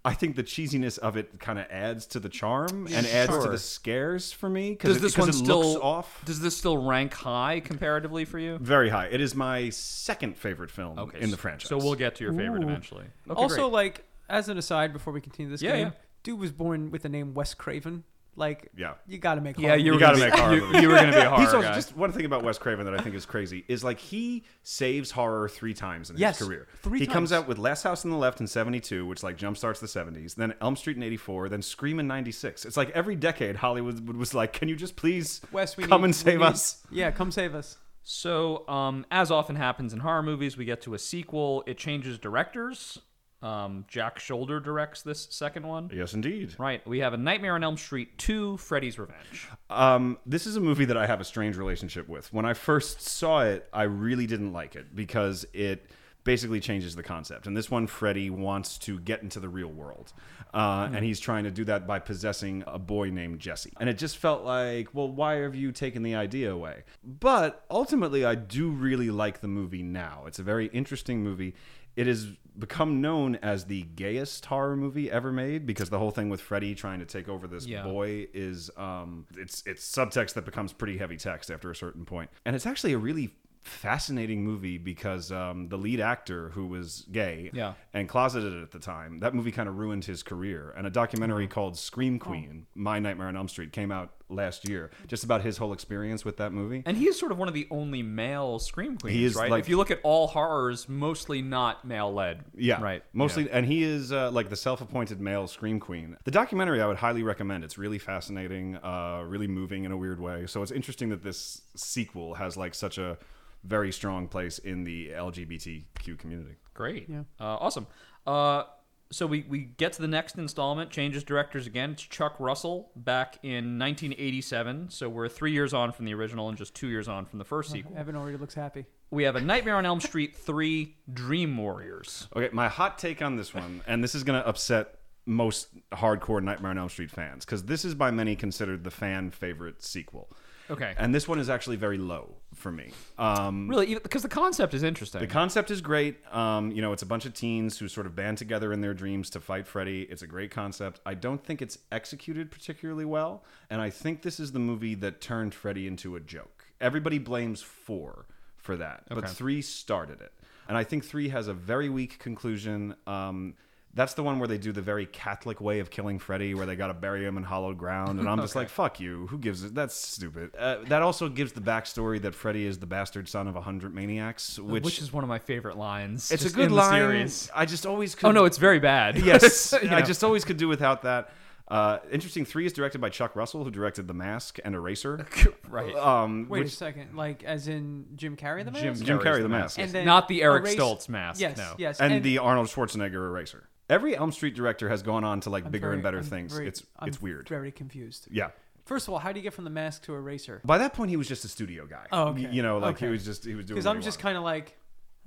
Speaker 3: I think the cheesiness of it kind of adds to the charm and adds to
Speaker 2: Sure.
Speaker 3: the scares for me because
Speaker 2: Does
Speaker 3: it,
Speaker 2: this
Speaker 3: because
Speaker 2: one
Speaker 3: it
Speaker 2: still
Speaker 3: looks off.
Speaker 2: Does this still rank high comparatively for you?
Speaker 3: Very high. It is my second favorite film in
Speaker 2: so-
Speaker 3: the franchise.
Speaker 2: So we'll get to your favorite
Speaker 1: Ooh.
Speaker 2: eventually. Okay,
Speaker 1: also,
Speaker 2: great.
Speaker 1: like as an aside, before we continue this
Speaker 2: Yeah,
Speaker 1: game,
Speaker 2: yeah.
Speaker 1: dude was born with the name Wes Craven. Like,
Speaker 3: Yeah.
Speaker 1: you got to make.
Speaker 2: yeah,
Speaker 1: horror
Speaker 2: you
Speaker 3: You
Speaker 2: were
Speaker 1: movies.
Speaker 3: gotta
Speaker 2: gonna
Speaker 3: make
Speaker 2: be-
Speaker 3: horror
Speaker 2: you-
Speaker 3: movies.
Speaker 2: you were going to be a horror
Speaker 3: (laughs) He's also
Speaker 2: guy.
Speaker 3: just one thing about Wes Craven that I think is crazy is like he saves horror three times in
Speaker 1: Yes,
Speaker 3: his career.
Speaker 1: three
Speaker 3: he comes
Speaker 1: times.
Speaker 3: out with Last House on the Left in '72, which like jumpstarts the '70s, then Elm Street in '84, then Scream in '96. It's like every decade Hollywood was like, "Can you just please
Speaker 1: Wes, we
Speaker 3: come
Speaker 1: need-
Speaker 3: and
Speaker 1: we
Speaker 3: save
Speaker 1: need-
Speaker 3: us?"
Speaker 1: Yeah, come save us.
Speaker 2: So, um, as often happens in horror movies, we get to a sequel. It changes directors. Um, Jack Shoulder directs this second one.
Speaker 3: Yes, indeed.
Speaker 2: Right. We have a Nightmare on Elm Street 2, Freddy's Revenge.
Speaker 3: Um, this is a movie that I have a strange relationship with. When I first saw it, I really didn't like it because it basically changes the concept. And this one, Freddy wants to get into the real world, uh, and he's trying to do that by possessing a boy named Jesse. And it just felt like, well, why have you taken the idea away? But ultimately, I do really like the movie now. It's a very interesting movie. It has become known as the gayest horror movie ever made because the whole thing with Freddy trying to take over this
Speaker 2: Yeah.
Speaker 3: boy boy is um, it's it's subtext that becomes pretty heavy text after a certain point, and it's actually a really fascinating movie because um, the lead actor who was gay
Speaker 2: Yeah.
Speaker 3: and closeted at the time that movie kind of ruined his career and a documentary called scream queen my nightmare on elm street came out last year just about his whole experience with that movie
Speaker 2: And he is sort of one of the only male scream queens,
Speaker 3: is,
Speaker 2: right?
Speaker 3: like-
Speaker 2: if you look at all horrors, mostly not male led.
Speaker 3: Yeah,
Speaker 2: Right.
Speaker 3: Mostly, and he is uh, like the self-appointed male scream queen. The documentary I would highly recommend. It's really fascinating, uh, really moving in a weird way. So it's interesting that this sequel has like such a very strong place in the LGBTQ community.
Speaker 2: Great. Uh, awesome. Uh, so we, we get to the next installment, changes directors again. It's Chuck Russell back in 1987. So we're three years on from the original and just two years on from the
Speaker 1: (laughs)
Speaker 2: first sequel.
Speaker 1: Evan already looks happy.
Speaker 2: We have a Nightmare on Elm Street 3 Dream Warriors.
Speaker 3: Okay, my hot take on this one, and this is going to upset most hardcore Nightmare on Elm Street fans, because this is by many considered the fan favorite sequel.
Speaker 2: Okay.
Speaker 3: And this one is actually very low for me. Um,
Speaker 2: Really, because the concept is interesting.
Speaker 3: the concept is great. Um, you know, it's a bunch of teens who sort of band together in their dreams to fight Freddy. It's a great concept. I don't think it's executed particularly well, and I think this is the movie that turned Freddy into a joke. Everybody blames four for that, but three started it, and I think three has a very weak conclusion. Um, that's the one where they do the very Catholic way of killing Freddy, where they got to bury him in hollow ground. And I'm
Speaker 2: (laughs)
Speaker 3: just like, fuck you. Who gives it? That's stupid. Uh, that also gives the backstory that Freddy is the bastard son of a hundred maniacs,
Speaker 2: which, is one of my favorite lines.
Speaker 3: it's a
Speaker 2: just
Speaker 3: good
Speaker 2: in
Speaker 3: line.
Speaker 2: The series.
Speaker 3: I just always could.
Speaker 2: Oh no, it's very bad.
Speaker 3: (laughs) yes.
Speaker 2: You know.
Speaker 3: I just always could do without that. Uh, interesting. Three is directed by Chuck Russell, who directed The Mask and Eraser.
Speaker 2: right.
Speaker 3: Um,
Speaker 1: Wait
Speaker 3: which-
Speaker 1: a second, like as in Jim Carrey the
Speaker 2: Jim,
Speaker 1: mask,
Speaker 3: Jim Carrey, The Mask.
Speaker 1: And then
Speaker 2: not the Eric
Speaker 1: erase-
Speaker 2: Stoltz mask.
Speaker 1: Yes,
Speaker 2: no.
Speaker 1: yes,
Speaker 3: and, the Arnold Schwarzenegger Eraser. Every Elm Street director has gone on to like bigger
Speaker 1: Very-
Speaker 3: and better
Speaker 1: I'm
Speaker 3: things.
Speaker 1: very-
Speaker 3: it's
Speaker 1: I'm
Speaker 3: it's weird.
Speaker 1: Very confused.
Speaker 3: Yeah.
Speaker 1: First of all, how do you get from the mask to eraser?
Speaker 3: By that point, he was just a studio guy.
Speaker 1: Oh, okay.
Speaker 3: You know, like
Speaker 1: Okay.
Speaker 3: he was just he was doing.
Speaker 1: Because
Speaker 3: what
Speaker 1: I'm
Speaker 3: he
Speaker 1: just kind
Speaker 3: wanted.
Speaker 1: of like,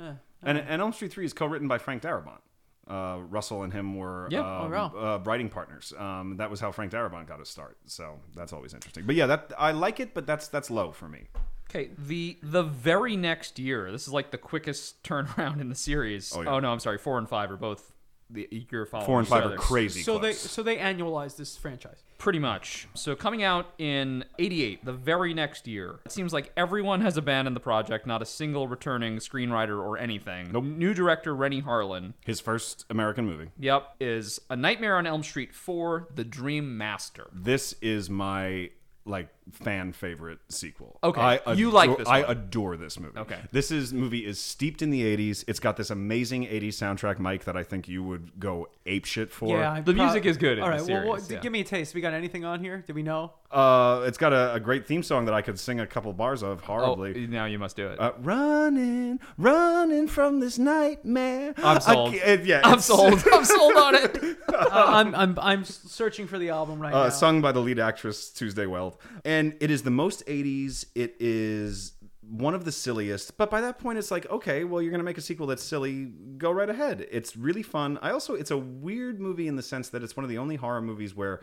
Speaker 1: huh.
Speaker 3: and, and Elm Street Three is co-written by Frank Darabont. Uh, Russell and him were
Speaker 2: Yeah.
Speaker 3: um,
Speaker 1: Oh, wow.
Speaker 3: uh, writing partners. Um, that was how Frank Darabont got his start. So that's always interesting. But yeah, that I like it, but that's that's low for me.
Speaker 2: Okay, the the very next year, this is like the quickest (laughs) turnaround in the series. Oh,
Speaker 3: yeah.
Speaker 2: no, I'm sorry, four and five are both the year following.
Speaker 3: Four and
Speaker 2: each
Speaker 3: five are
Speaker 2: other.
Speaker 3: crazy.
Speaker 1: so they
Speaker 3: close.
Speaker 1: so they annualize this franchise.
Speaker 2: Pretty much. So coming out in '88, the very next year, it seems like everyone has abandoned the project. Not a single returning screenwriter or anything.
Speaker 3: Nope.
Speaker 2: New director Rennie Harlan.
Speaker 3: his first American movie.
Speaker 2: Yep, is A Nightmare on Elm Street 4: The Dream Master.
Speaker 3: This is my like fan favorite sequel.
Speaker 2: Okay.
Speaker 3: I
Speaker 2: You
Speaker 3: adore-
Speaker 2: like this
Speaker 3: I
Speaker 2: one.
Speaker 3: adore this movie.
Speaker 2: Okay.
Speaker 3: this is movie is steeped in the '80s. It's got this amazing '80s soundtrack, Mike, that I think you would go ape shit for.
Speaker 1: yeah, I
Speaker 2: the music is good in
Speaker 1: All right,
Speaker 2: the
Speaker 1: well, what-
Speaker 2: series, yeah.
Speaker 1: give me a taste. We got anything on here? Did we
Speaker 3: (laughs)
Speaker 1: know?
Speaker 3: Uh, it's got a, a great theme song that I could sing a couple bars of horribly.
Speaker 2: Oh, now you must do it.
Speaker 3: Uh, running, running from this nightmare.
Speaker 2: I'm sold.
Speaker 3: I can't- yeah,
Speaker 2: I'm
Speaker 3: it's,
Speaker 2: sold. I'm sold on
Speaker 3: (laughs)
Speaker 2: it.
Speaker 1: Uh, I'm I'm I'm searching for the album right now.
Speaker 3: Uh, sung by the lead actress Tuesday Weld, and it is the most '80s. It is one of the silliest, but by that point, it's like, okay, well, you're gonna make a sequel that's silly. Go right ahead. It's really fun. I also, it's a weird movie in the sense that it's one of the only horror movies where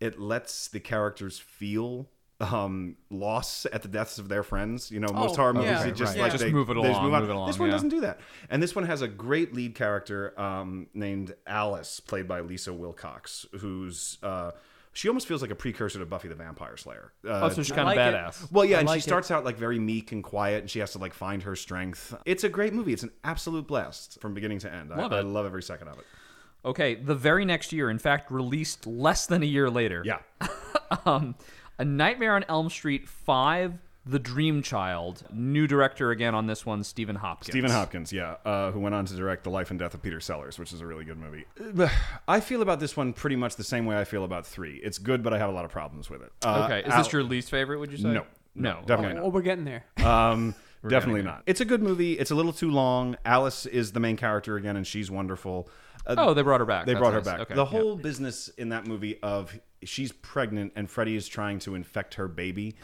Speaker 3: it lets the characters feel. Um, loss at the deaths of their friends. You know, most
Speaker 1: Oh,
Speaker 3: horror movies,
Speaker 1: yeah.
Speaker 3: it just
Speaker 1: Right,
Speaker 3: like
Speaker 1: right.
Speaker 2: Just
Speaker 3: they-
Speaker 2: move it
Speaker 3: they just
Speaker 2: along,
Speaker 3: move on.
Speaker 2: move it along,
Speaker 3: This one
Speaker 2: yeah.
Speaker 3: doesn't do that. And this one has a great lead character um, named Alice, played by Lisa Wilcox, who's uh, she almost feels like a precursor to Buffy the Vampire Slayer. Uh,
Speaker 2: Oh, so she's
Speaker 1: I
Speaker 2: kind of
Speaker 1: like it.
Speaker 2: badass.
Speaker 3: well, yeah,
Speaker 1: I
Speaker 3: and
Speaker 1: like
Speaker 3: she
Speaker 1: it.
Speaker 3: starts out like very meek and quiet, and she has to like find her strength. It's a great movie. It's an absolute blast from beginning to end.
Speaker 2: Love
Speaker 3: I, I
Speaker 2: it.
Speaker 3: love every second of it.
Speaker 2: Okay, the very next year, in fact, released less than a year later.
Speaker 3: Yeah,
Speaker 2: (laughs) Um, a Nightmare on Elm Street 5, The Dream Child. New director again on this one, Stephen Hopkins. (laughs)
Speaker 3: Stephen Hopkins, yeah, uh, who went on to direct The Life and Death of Peter Sellers, which is a really good movie.
Speaker 2: (sighs)
Speaker 3: I feel about this one pretty much the same way I feel about three. It's good, but I have a lot of problems with it. Uh,
Speaker 2: Okay, is
Speaker 3: Al-
Speaker 2: this your least favorite, would you say?
Speaker 3: No.
Speaker 2: No.
Speaker 3: definitely
Speaker 2: okay.
Speaker 3: not.
Speaker 1: oh, we're getting there.
Speaker 3: Um, definitely not. It's a good movie. It's a little too long. Alice is the main character again, and she's wonderful. Uh,
Speaker 2: Oh, they brought her back.
Speaker 3: they
Speaker 2: That's
Speaker 3: brought her
Speaker 2: nice.
Speaker 3: back.
Speaker 2: Okay,
Speaker 3: the
Speaker 2: yeah.
Speaker 3: whole business in that movie of she's pregnant and Freddy is trying to infect her
Speaker 2: (laughs)
Speaker 3: baby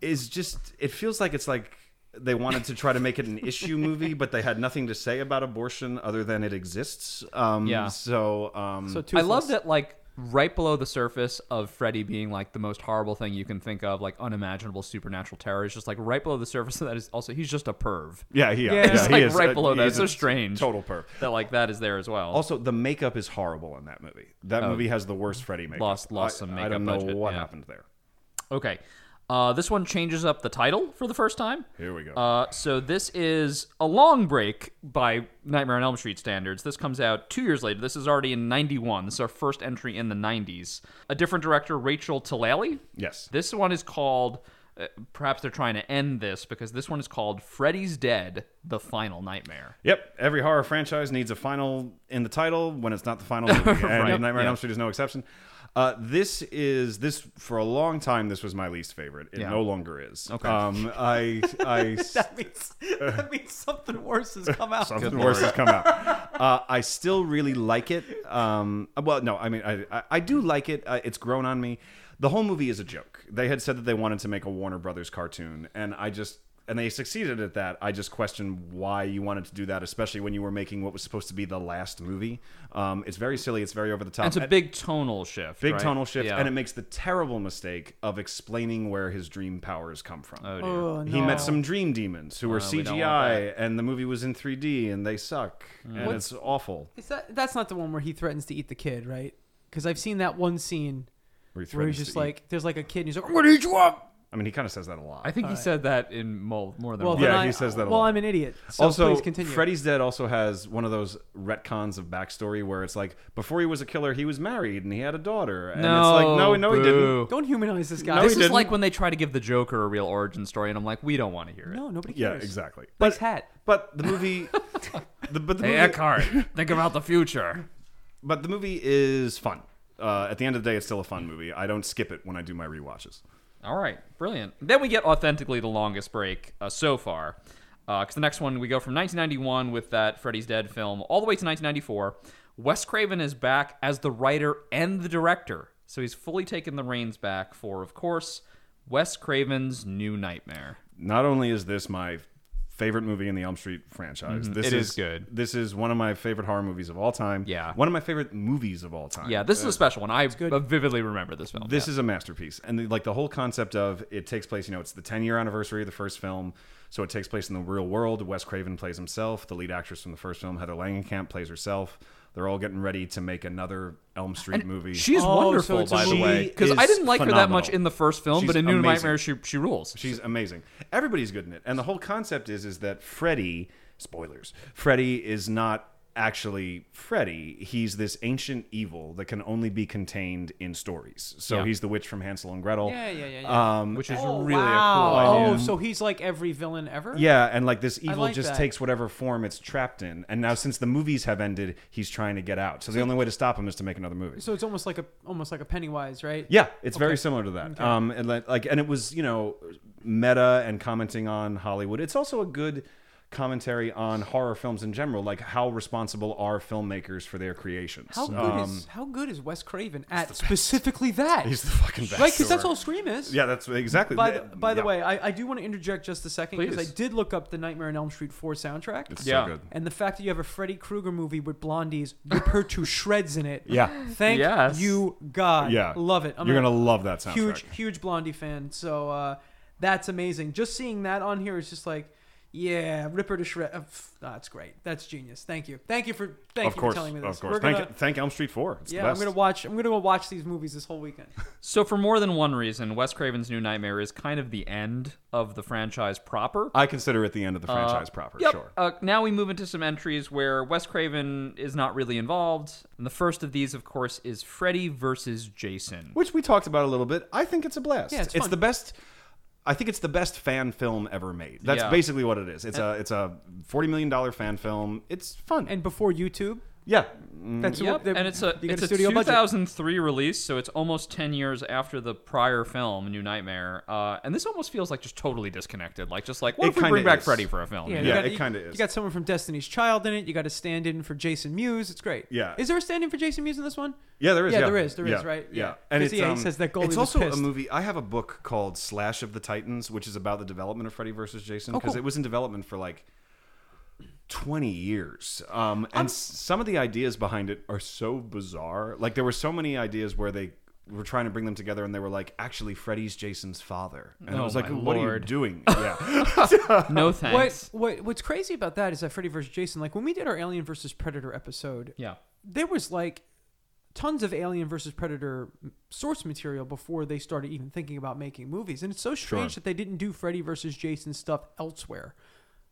Speaker 3: is just. It feels like it's like they wanted to try to make it an issue movie, but they had nothing to say about abortion other than it exists. Um,
Speaker 2: Yeah.
Speaker 3: So. Um,
Speaker 1: So
Speaker 2: I love that, like, right below the surface of Freddy being, like, the most horrible thing you can think of, like, unimaginable supernatural terror, is just, like, right below the surface of that is also, he's just a perv.
Speaker 3: yeah, he, yeah,
Speaker 1: Yeah. Just,
Speaker 3: he
Speaker 2: like,
Speaker 3: is.
Speaker 2: right
Speaker 3: Uh,
Speaker 2: below
Speaker 3: he
Speaker 2: that.
Speaker 3: is
Speaker 2: So
Speaker 3: a
Speaker 2: strange.
Speaker 3: Total perp.
Speaker 2: That, like, that is there as well.
Speaker 3: Also, the makeup is horrible in that movie. That movie has the worst Freddy makeup.
Speaker 2: Oh. Lost- lost
Speaker 3: I-
Speaker 2: some
Speaker 3: I
Speaker 2: makeup
Speaker 3: don't know
Speaker 2: budget,
Speaker 3: what
Speaker 2: yeah.
Speaker 3: happened there.
Speaker 2: Okay. Uh, this one changes up the title for the first time.
Speaker 3: Here we go.
Speaker 2: Uh, so this is a long break by Nightmare on Elm Street standards. This comes out two years later. This is already in '91. This is our first entry in the '90s. A different director, Rachel Tilale.
Speaker 3: yes.
Speaker 2: This one is called. Uh, perhaps they're trying to end this because this one is called Freddy's Dead: The Final Nightmare.
Speaker 3: Yep, every horror
Speaker 2: (laughs)
Speaker 3: franchise needs a final in the title when it's not the final movie, and
Speaker 2: Right,
Speaker 3: Nightmare on
Speaker 2: yeah.
Speaker 3: Elm Street is no exception. Uh, this is this for a long time. This was my least favorite. It
Speaker 2: Yeah.
Speaker 3: no longer is.
Speaker 2: Okay.
Speaker 3: Um, I
Speaker 2: (laughs)
Speaker 3: I
Speaker 1: (laughs) That
Speaker 3: (laughs)
Speaker 1: means that means something worse has come out.
Speaker 3: something
Speaker 2: Good
Speaker 3: worse
Speaker 2: lord.
Speaker 3: has come out. Uh, I still really like it. Um, well, no, I mean, I, I, I do like it. Uh, it's grown on me. The whole movie is a joke. They had said that they wanted to make a Warner Brothers cartoon, and I just and they succeeded at that. I just question why you wanted to do that, especially when you were making what was supposed to be the last movie. Um, it's very silly. It's very over the top.
Speaker 2: And it's a
Speaker 3: Um, And-
Speaker 2: big tonal shift.
Speaker 3: Big
Speaker 2: right?
Speaker 3: tonal shift,
Speaker 2: Yeah.
Speaker 3: and it makes the terrible mistake of explaining where his dream powers come from.
Speaker 2: Oh, dear.
Speaker 1: Oh, no.
Speaker 3: He met some dream demons who were
Speaker 2: Uh, we don't want
Speaker 3: CGI, and the movie was in 3D, and they suck,
Speaker 2: Mm.
Speaker 3: and
Speaker 1: What's-
Speaker 3: it's awful.
Speaker 1: Is that that's not the one where he threatens to eat the kid, right? Because I've seen that one scene
Speaker 3: Where,
Speaker 1: where he's
Speaker 3: threatens
Speaker 1: just
Speaker 3: to eat-
Speaker 1: like, there's like a kid, and he's like, "I'm gonna eat you up."
Speaker 3: I mean, he kind of says that a lot.
Speaker 2: I think he said that in more, more than
Speaker 1: Well,
Speaker 2: one.
Speaker 1: then
Speaker 3: Yeah,
Speaker 1: I,
Speaker 3: he says that a
Speaker 1: Well,
Speaker 3: lot.
Speaker 1: I'm an idiot. So
Speaker 3: also,
Speaker 1: please continue.
Speaker 3: Freddy's Dead also has one of those retcons of backstory where it's like before he was a killer, he was married and he had a daughter, and it's like no, no, he didn't.
Speaker 2: boo.
Speaker 1: don't humanize this guy.
Speaker 3: No, Oh, he
Speaker 2: this is
Speaker 3: didn't.
Speaker 2: like when they try to give the Joker a real origin story, and I'm like, we don't want to hear it.
Speaker 1: no, nobody
Speaker 3: Yeah,
Speaker 1: cares.
Speaker 3: exactly.
Speaker 1: Nice hat.
Speaker 3: But the
Speaker 1: (laughs)
Speaker 3: movie, the, but the
Speaker 2: Hey,
Speaker 3: movie,
Speaker 2: Eckhart, think about the future.
Speaker 3: but the movie is fun. Uh, at the end of the day, it's still a fun movie. I don't skip it when I do my rewatches.
Speaker 2: All right, brilliant. Then we get authentically the longest break uh, so far. Because the next one, we go from 1991 with that Freddy's Dead film all the way to 1994. Wes Craven is back as the writer and the director. So he's fully taken the reins back for, of course, Wes Craven's New Nightmare.
Speaker 3: Not only is this my favorite movie in the Elm Street franchise, this
Speaker 2: Mm-hmm. It is good.
Speaker 3: This is one of my favorite horror movies of all time.
Speaker 2: Yeah.
Speaker 3: one of my favorite movies of all time.
Speaker 2: Yeah, this is a special one. I vividly remember this film.
Speaker 3: This is a masterpiece, and the, like the whole concept of it takes place. You know, it's the 10 year anniversary of the first film, so it takes place in the real world. Wes Craven plays himself. The lead actress from the first film, Heather Langenkamp, plays herself. They're all getting ready to make another Elm Street movie.
Speaker 2: She's
Speaker 1: Oh, so
Speaker 2: wonderful,
Speaker 1: it's a
Speaker 2: by the
Speaker 1: movie.
Speaker 2: way. Because
Speaker 3: She
Speaker 2: I
Speaker 3: is
Speaker 2: didn't like her that much
Speaker 3: phenomenal.
Speaker 2: in the first film,
Speaker 3: She's
Speaker 2: but in New
Speaker 3: amazing.
Speaker 2: Nightmare, she, she rules.
Speaker 3: She's amazing. Everybody's good in it. And the whole concept is is that Freddy, spoilers, Freddy is not actually Freddy. He's this ancient evil that can only be contained in stories. So
Speaker 2: Yeah.
Speaker 3: he's the witch from Hansel and Gretel.
Speaker 1: Yeah, yeah, yeah, yeah.
Speaker 3: Um,
Speaker 2: which is
Speaker 1: Oh,
Speaker 2: really a cool
Speaker 1: wow.
Speaker 2: idea.
Speaker 1: Oh, so he's like every villain ever.
Speaker 3: yeah, and like this evil
Speaker 1: like
Speaker 3: just
Speaker 1: that.
Speaker 3: takes whatever form it's trapped in. And now since the movies have ended, he's trying to get out. So the only way to stop him is to make another movie.
Speaker 1: So it's almost like a almost like a Pennywise, right?
Speaker 3: Yeah, it's very similar to that. Um, and like, like, and it was you know, meta and commenting on Hollywood. It's also a good commentary on horror films in general, like how responsible are filmmakers for their creations.
Speaker 1: How good
Speaker 3: Um,
Speaker 1: is how good is Wes Craven at specifically that?
Speaker 3: he's the fucking best?
Speaker 1: right, because that's all Scream is.
Speaker 3: Yeah, that's exactly.
Speaker 1: By the, by the
Speaker 3: yeah.
Speaker 1: way, I, I do want to interject just a second because I
Speaker 2: Please.
Speaker 1: did look up the Nightmare on Elm Street 4 soundtrack.
Speaker 3: it's
Speaker 2: Yeah.
Speaker 3: so good.
Speaker 1: and the fact that you have a Freddy Krueger movie with blondies rip her
Speaker 3: (laughs)
Speaker 1: to shreds in it.
Speaker 3: Yeah.
Speaker 1: Thank
Speaker 2: Yes.
Speaker 1: you, God.
Speaker 3: Yeah,
Speaker 1: Love it. I'm
Speaker 3: You're
Speaker 1: a
Speaker 3: gonna love that soundtrack.
Speaker 1: huge, huge blondie fan. So uh, that's amazing. Just seeing that on here is just like, yeah, rip her to uh, shreds. that's ah, great. That's genius. Thank you. Thank you for thank
Speaker 3: of
Speaker 1: you
Speaker 3: course,
Speaker 1: for telling me this.
Speaker 3: of course.
Speaker 1: We're
Speaker 3: Thank,
Speaker 1: gonna-
Speaker 3: thank Elm Street Four. It's the
Speaker 1: yeah, I'm
Speaker 3: best.
Speaker 1: gonna watch. I'm gonna go watch these movies this whole
Speaker 3: (laughs)
Speaker 1: weekend.
Speaker 2: So, for more than one reason, Wes Craven's New Nightmare is kind of the end of the franchise proper.
Speaker 3: I consider it the end of the
Speaker 1: Uh,
Speaker 3: franchise proper.
Speaker 2: Yep.
Speaker 3: Sure.
Speaker 2: Uh, now we move into some entries where Wes Craven is not really involved. And the first of these, of course, is Freddy versus Jason.
Speaker 3: which we talked about a little bit. I think it's a blast.
Speaker 1: Yeah, it's fun.
Speaker 3: the best. I think it's the best fan film ever made. That's
Speaker 2: Yeah.
Speaker 3: basically what it is. It's a it's a forty million dollar fan film. It's fun.
Speaker 1: And before YouTube,
Speaker 3: yeah,
Speaker 1: that's
Speaker 2: Yep,
Speaker 1: what they-
Speaker 2: and it's a
Speaker 1: you get
Speaker 2: it's
Speaker 1: a
Speaker 2: a,
Speaker 1: studio budget.
Speaker 2: 2003 release, so it's almost 10 years after the prior film, New Nightmare. Uh, and this almost feels like just totally disconnected. Like just like what
Speaker 3: It
Speaker 2: if we
Speaker 3: kinda
Speaker 2: bring back
Speaker 3: is.
Speaker 2: Freddy for a film?
Speaker 1: Yeah,
Speaker 2: you
Speaker 1: you
Speaker 3: Yeah,
Speaker 1: got-
Speaker 3: it
Speaker 1: you-
Speaker 3: kinda is.
Speaker 1: You got someone from Destiny's Child in it. You got a stand-in for Jason Mewes. It's great.
Speaker 3: Yeah.
Speaker 1: Is there a stand-in for Jason Mewes in this one?
Speaker 3: yeah, there is.
Speaker 1: Yeah,
Speaker 3: Yeah,
Speaker 1: there is, there is,
Speaker 3: yeah.
Speaker 1: right?
Speaker 3: Yeah,
Speaker 1: Yeah.
Speaker 3: and
Speaker 1: 'Cause,
Speaker 3: it's,
Speaker 1: yeah, he
Speaker 3: um,
Speaker 1: says that Goldie
Speaker 3: It's
Speaker 1: was
Speaker 3: also
Speaker 1: pissed.
Speaker 3: a movie. I have a book called Slash of the Titans, which is about the development of Freddy versus Jason
Speaker 1: Oh,
Speaker 3: because
Speaker 1: cool.
Speaker 3: it was in development for like twenty years. Um, and s some of the ideas behind it are so bizarre. Like there were so many ideas where they were trying to bring them together, and they were like, actually, Freddy's Jason's father, and I
Speaker 2: Oh,
Speaker 3: was like,
Speaker 2: my
Speaker 3: what are you
Speaker 2: lord.
Speaker 3: doing?
Speaker 1: (laughs)
Speaker 3: Yeah.
Speaker 2: got no thanks.
Speaker 1: What, what What's crazy about that is that Freddy vs. Jason. Like when we did our Alien vs. Predator episode,
Speaker 2: Yeah.
Speaker 1: there was like tons of Alien vs. Predator source material before they started even thinking about making movies. And it's so strange that they didn't do Freddy vs. Jason stuff elsewhere.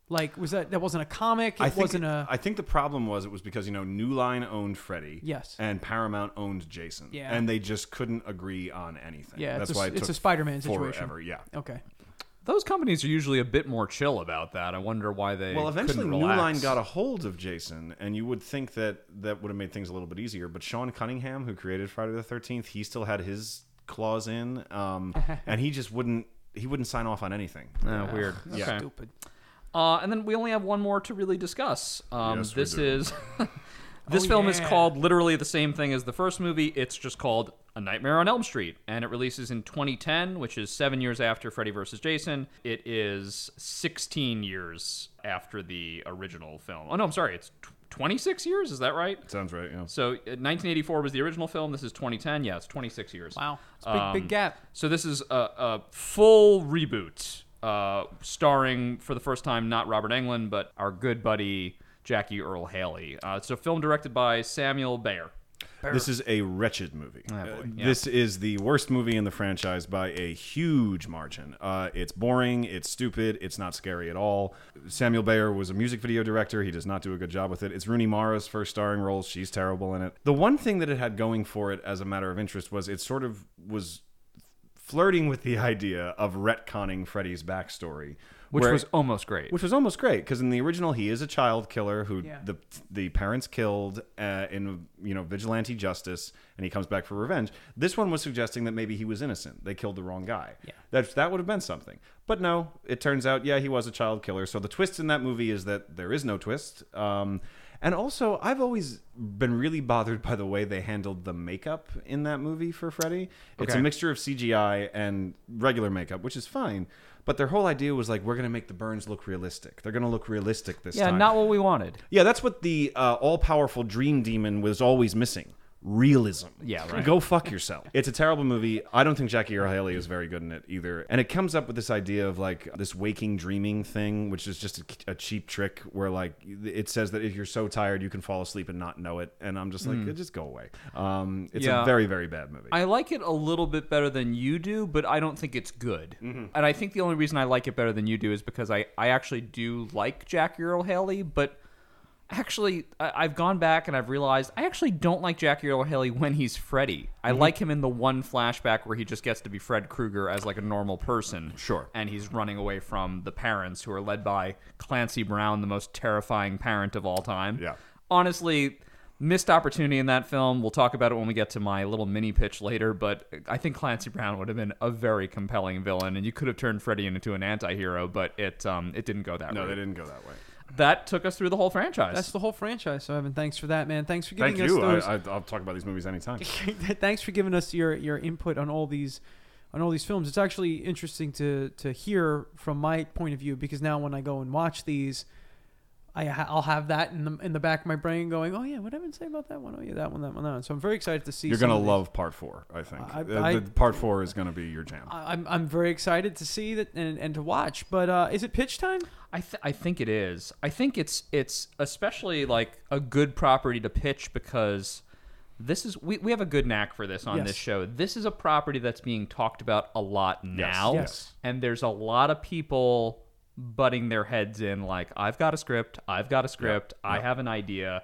Speaker 1: Like was that that wasn't a comic? It
Speaker 3: I think,
Speaker 1: wasn't a
Speaker 3: I think the problem was it was because you know New Line owned Freddy,
Speaker 1: Yes.
Speaker 3: and Paramount owned Jason,
Speaker 1: Yeah.
Speaker 3: and they just couldn't agree on anything.
Speaker 1: yeah.
Speaker 3: that's
Speaker 1: it's a,
Speaker 3: why it
Speaker 1: it's
Speaker 3: took
Speaker 1: a Spider-Man situation.
Speaker 3: forever. Yeah,
Speaker 1: Okay.
Speaker 2: Those companies are usually a bit more chill about that. I wonder why they
Speaker 3: Well, eventually,
Speaker 2: couldn't
Speaker 3: New
Speaker 2: relax.
Speaker 3: Line got a hold of Jason, and you would think that that would have made things a little bit easier. But Sean Cunningham, who created Friday the Thirteenth, he still had his claws in,
Speaker 1: (laughs)
Speaker 3: um, and he just wouldn't he wouldn't sign off on anything.
Speaker 2: Oh,
Speaker 3: (laughs)
Speaker 2: weird. Okay.
Speaker 1: Stupid.
Speaker 2: Uh, and then we only have one more to really discuss. Um,
Speaker 3: Yes, we
Speaker 2: this
Speaker 3: do.
Speaker 2: is (laughs) this
Speaker 1: Oh,
Speaker 2: film is
Speaker 1: yeah.
Speaker 2: called literally the same thing as the first movie. It's just called A Nightmare on Elm Street, and it releases in 2010, which is seven years after Freddy vs. Jason. It is 16 years after the original film. Oh no, I'm sorry. It's tw 26 years. Is that right?
Speaker 3: Sounds right. Yeah.
Speaker 2: So uh, 1984 was the original film. This is 2010. Yeah, it's 26 years. Um,
Speaker 1: Wow. It's a big,
Speaker 3: Um,
Speaker 1: big gap.
Speaker 2: So this is a, a full reboot, uh, starring for the first time not Robert Englund but our good buddy Jackie Earl Haley. Uh, it's a film directed by Samuel Bayer.
Speaker 3: This is a wretched movie.
Speaker 2: Oh, boy,
Speaker 3: Uh,
Speaker 2: yeah.
Speaker 3: This is the worst movie in the franchise by a huge margin. Uh, it's boring. It's stupid. It's not scary at all. Samuel Bayer was a music video director. He does not do a good job with it. It's Rooney Mara's first starring role. She's terrible in it. The one thing that it had going for it as a matter of interest was it sort of was flirting with the idea of retconning Freddy's backstory,
Speaker 2: Which
Speaker 3: where-
Speaker 2: was almost great.
Speaker 3: which was almost great because in the original he is a child killer who
Speaker 1: Yeah.
Speaker 3: the the parents killed uh, in you know vigilante justice and he comes back for revenge. This one was suggesting that maybe he was innocent. They killed the wrong guy. Yeah. That that would have been something. But no, it turns out yeah he was a child killer. So the twist in that movie is that there is no twist. Um, and also, I've always been really bothered by the way they handled the makeup in that movie for Freddy. It's a
Speaker 2: Okay.
Speaker 3: mixture of CGI and regular makeup, which is fine. But their whole idea was like, we're going to make the burns look realistic. They're going to look realistic this
Speaker 2: yeah,
Speaker 3: time.
Speaker 2: not what we wanted.
Speaker 3: yeah, that's what the uh, all powerful dream demon was always missing realism.
Speaker 2: Yeah, right.
Speaker 3: Go fuck yourself. it's a terrible movie. I don't think Jackie Earle Haley is very good in it either. And it comes up with this idea of like this waking dreaming thing, which is just a, a cheap trick where like it says that if you're so tired, you can fall asleep and not know it. And I'm just like, just go away. Um, it's
Speaker 2: Mm. Yeah.
Speaker 3: a very, very bad movie.
Speaker 2: I like it a little bit better than you do, but I don't think it's good.
Speaker 3: Mm-hmm.
Speaker 2: And I think the only reason I like it better than you do is because I, I actually do like Jackie Earl Haley, but actually, I, I've gone back and I've realized I actually don't like Jackie Earl Haley when he's Freddy.
Speaker 3: Mm-hmm.
Speaker 2: I like him in the one flashback where he just gets to be Fred Krueger as like a normal person.
Speaker 3: Sure.
Speaker 2: And he's running away from the parents who are led by Clancy Brown, the most terrifying parent of all time
Speaker 3: Yeah.
Speaker 2: honestly missed opportunity in that film we'll talk about it when we get to my little mini pitch later but i think clancy brown would have been a very compelling villain and you could have turned freddy into an anti-hero but it um it didn't go that
Speaker 3: no,
Speaker 2: route.
Speaker 3: they didn't go that way.
Speaker 2: that took us through the whole franchise
Speaker 1: That's the whole franchise, so Evan. Thanks for that, man. Thanks for giving
Speaker 3: Thank
Speaker 1: us
Speaker 3: you.
Speaker 1: those. (laughs)
Speaker 3: I, I, I'll talk about these movies anytime.
Speaker 1: thanks for giving us your your input on all these on all these films. It's actually interesting to to hear from my point of view because now when I go and watch these, I ha- I'll have that in the in the back of my brain going, oh yeah, what did Evan say about that one? Oh yeah, that one, that one, that one. So I'm very excited to see.
Speaker 3: You're
Speaker 1: some
Speaker 3: gonna
Speaker 1: of these.
Speaker 3: love part four. I think
Speaker 1: I-
Speaker 3: Uh,
Speaker 1: I-
Speaker 3: the- part four is gonna be your jam.
Speaker 1: I- I'm I'm very excited to see that and, and to watch. But uh, is it pitch time?
Speaker 2: I, th- I think it is. I think it's it's especially like a good property to pitch because this is we, we have a good knack for this on
Speaker 1: Yes.
Speaker 2: this show. This is a property that's being talked about a lot now.
Speaker 1: Yes.
Speaker 2: And there's a lot of people butting their heads in like I've got a script, I've got a script, I have an idea.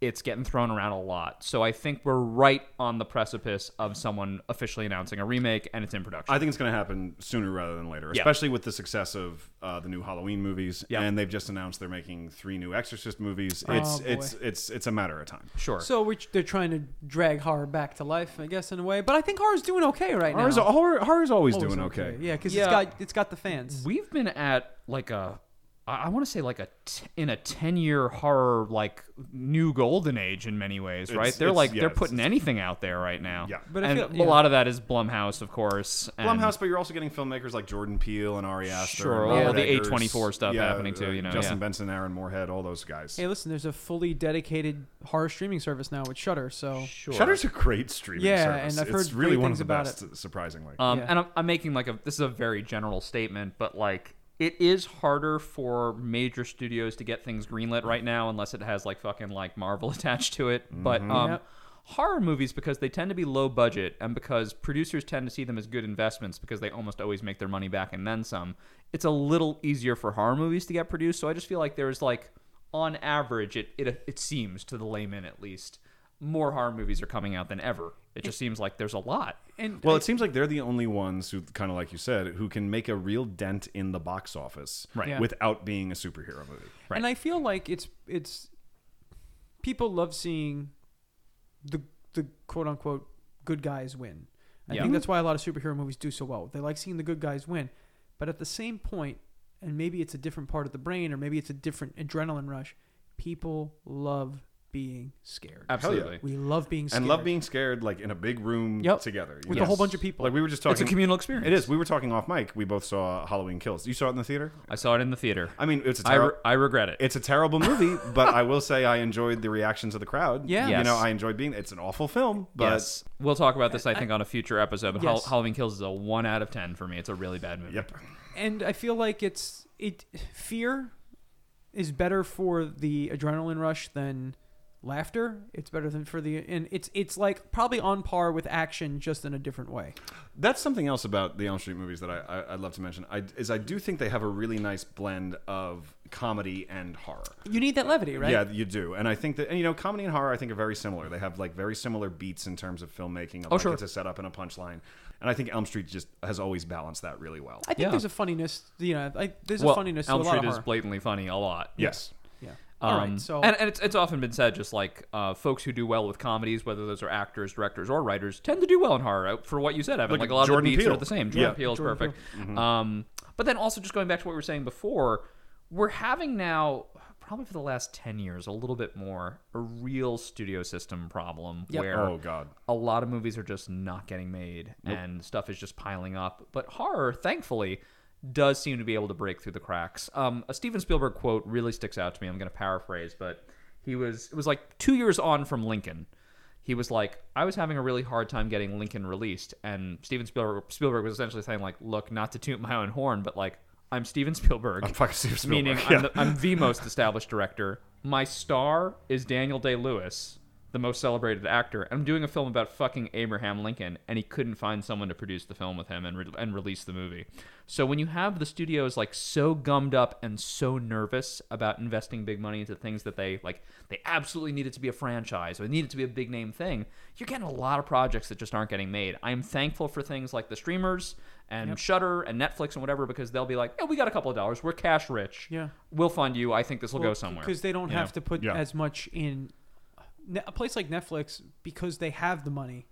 Speaker 2: It's getting thrown around a lot. So I think we're right on the precipice of someone officially announcing a remake and it's in production.
Speaker 3: I think it's going to happen sooner rather than later,
Speaker 2: Yeah.
Speaker 3: especially with the success of uh, the new Halloween movies.
Speaker 2: Yeah.
Speaker 3: And they've just announced they're making three new Exorcist movies. It's
Speaker 1: Oh, boy.
Speaker 3: it's it's it's a matter of time.
Speaker 2: sure.
Speaker 1: So we're, they're trying to drag horror back to life, I guess, in a way. But I think horror's doing okay right
Speaker 3: Horror's,
Speaker 1: now.
Speaker 3: horror, horror's always,
Speaker 1: Always
Speaker 3: doing okay.
Speaker 1: Yeah, because
Speaker 2: Yeah.
Speaker 1: it's got it's got the fans.
Speaker 2: We've been at like a, I want to say like a t- in a ten year horror like new golden age in many ways, right?
Speaker 3: It's-
Speaker 2: they're
Speaker 3: it's-
Speaker 2: like
Speaker 3: yeah,
Speaker 2: they're
Speaker 3: it's-
Speaker 2: putting anything out there right now.
Speaker 3: Yeah.
Speaker 1: But
Speaker 2: but
Speaker 1: I
Speaker 2: and
Speaker 1: feel-
Speaker 2: a
Speaker 1: yeah.
Speaker 2: lot of that is Blumhouse, of course. and-
Speaker 3: Blumhouse, but you're also getting filmmakers like Jordan Peele and Ari Aster.
Speaker 2: Sure,
Speaker 3: and
Speaker 1: Oh,
Speaker 2: all
Speaker 3: Robert
Speaker 2: the
Speaker 3: Eggers.
Speaker 2: A24 stuff happening too, you know,
Speaker 3: Justin
Speaker 2: yeah.
Speaker 3: Benson, Aaron Moorhead, all those guys.
Speaker 1: Hey, listen, there's a fully dedicated horror streaming service now with Shudder, so
Speaker 2: Sure.
Speaker 3: Shutter's a great streaming
Speaker 1: Yeah,
Speaker 3: service.
Speaker 1: and I've
Speaker 3: it's
Speaker 1: heard
Speaker 3: really
Speaker 1: great
Speaker 3: one
Speaker 1: things
Speaker 3: of the
Speaker 1: about
Speaker 3: best, surprisingly.
Speaker 2: Um,
Speaker 1: Yeah.
Speaker 2: And I'm, I'm making like a this is a very general statement, but like it is harder for major studios to get things greenlit right now unless it has like fucking like Marvel (laughs) attached to it. But um,
Speaker 1: Yep.
Speaker 2: horror movies because they tend to be low budget and because producers tend to see them as good investments because they almost always make their money back and then some. It's a little easier for horror movies to get produced, so I just feel like there's like on average it it, it seems to the layman at least more horror movies are coming out than ever It just seems like there's a lot.
Speaker 4: And
Speaker 3: Well, it seems like they're the only ones who, kind of like you said, who can make a real dent in the box office
Speaker 2: Right. Yeah.
Speaker 3: without being a superhero movie.
Speaker 2: Right.
Speaker 1: And I feel like it's it's people love seeing the the quote unquote good guys win. I
Speaker 2: Yeah.
Speaker 1: think that's why a lot of superhero movies do so well. They like seeing the good guys win. But at the same point, and maybe it's a different part of the brain or maybe it's a different adrenaline rush, people love being scared.
Speaker 2: Absolutely.
Speaker 1: We love being scared.
Speaker 3: And love being scared, like in a big room
Speaker 1: Yep.
Speaker 3: together. you
Speaker 1: with
Speaker 3: know?
Speaker 1: a whole bunch of people.
Speaker 3: Like we were just
Speaker 2: It's
Speaker 3: talking.
Speaker 2: a communal experience.
Speaker 3: It is. We were talking off mic. We both saw Halloween Kills. You saw it in the theater.
Speaker 2: I saw it in the theater.
Speaker 3: I mean, it's a
Speaker 2: I,
Speaker 3: terri-
Speaker 2: re- I regret it.
Speaker 3: it's a
Speaker 2: (laughs)
Speaker 3: terrible movie, but I will say I enjoyed the reactions of the crowd.
Speaker 1: Yeah.
Speaker 3: you
Speaker 2: Yes.
Speaker 3: know, I enjoyed being. It's an awful film, but
Speaker 2: yes. We'll talk about this, I think, on a future episode. But Hal-
Speaker 1: Yes.
Speaker 2: Halloween Kills is a 1 out of 10 for me. It's a really bad movie.
Speaker 3: yep,
Speaker 1: and I feel like it's it fear is better for the adrenaline rush than laughter. It's better than for the and it's it's like probably on par with action, just in a different way.
Speaker 3: that's something else about the Elm Street movies that I, I I'd love to mention. I, is I do think they have a really nice blend of comedy and horror.
Speaker 1: You need that levity, right?
Speaker 3: Yeah, you do. And I think that and you know, comedy and horror I think are very similar. They have like very similar beats in terms of filmmaking. Of,
Speaker 2: Oh,
Speaker 3: like,
Speaker 2: sure.
Speaker 3: It's a setup and a punchline. And I think Elm Street just has always balanced that really well.
Speaker 1: I think
Speaker 2: Yeah.
Speaker 1: there's a funniness. You know, I, there's
Speaker 2: well,
Speaker 1: a funniness
Speaker 2: Elm
Speaker 1: to a lot
Speaker 2: Street
Speaker 1: of
Speaker 2: is
Speaker 1: horror.
Speaker 2: blatantly funny a lot.
Speaker 3: yes.
Speaker 1: yeah.
Speaker 2: Um,
Speaker 1: All right. So
Speaker 2: and, and it's, it's often been said, just like uh, folks who do well with comedies, whether those are actors, directors, or writers, tend to do well in horror. uh, For what you said, Evan,
Speaker 3: Look
Speaker 2: like
Speaker 3: at
Speaker 2: a lot
Speaker 3: Jordan
Speaker 2: of the beats
Speaker 3: Peele.
Speaker 2: are the same. Jordan
Speaker 3: Yeah.
Speaker 2: Peele is
Speaker 1: Jordan Mm-hmm.
Speaker 2: perfect. Um, but then also just going back to what we were saying before, we're having now probably for the last ten years, a little bit more, a real studio system problem
Speaker 1: Yep.
Speaker 2: where
Speaker 3: Oh God.
Speaker 2: a lot of movies are just not getting made and stuff is just piling up. But horror, thankfully, does seem to be able to break through the cracks. Um, a Steven Spielberg quote really sticks out to me. I'm going to paraphrase, but he was, it was like two years on from Lincoln. He was like, I was having a really hard time getting Lincoln released. And Steven Spielberg, Spielberg was essentially saying, like, look, not to toot my own horn, but like, I'm Steven Spielberg.
Speaker 3: I'm fucking Steven Spielberg.
Speaker 2: Meaning,
Speaker 3: Yeah.
Speaker 2: I'm, the, I'm the most established director. My star is Daniel Day Lewis, the most celebrated actor. I'm doing a film about fucking Abraham Lincoln, and he couldn't find someone to produce the film with him and, re- and release the movie. So when you have the studios like so gummed up and so nervous about investing big money into things that they like, they absolutely need it to be a franchise or they need it to be a big name thing. You're getting a lot of projects that just aren't getting made. I'm thankful for things like the streamers and Shutter and Netflix and whatever because they'll be like, yeah, we got a couple of dollars. We're cash rich.
Speaker 1: Yeah.
Speaker 2: We'll fund you. I think this will go somewhere.
Speaker 1: because they don't
Speaker 2: you
Speaker 1: have
Speaker 2: know?
Speaker 1: to put
Speaker 3: Yeah.
Speaker 1: as much in Ne- a place like Netflix because they have the money.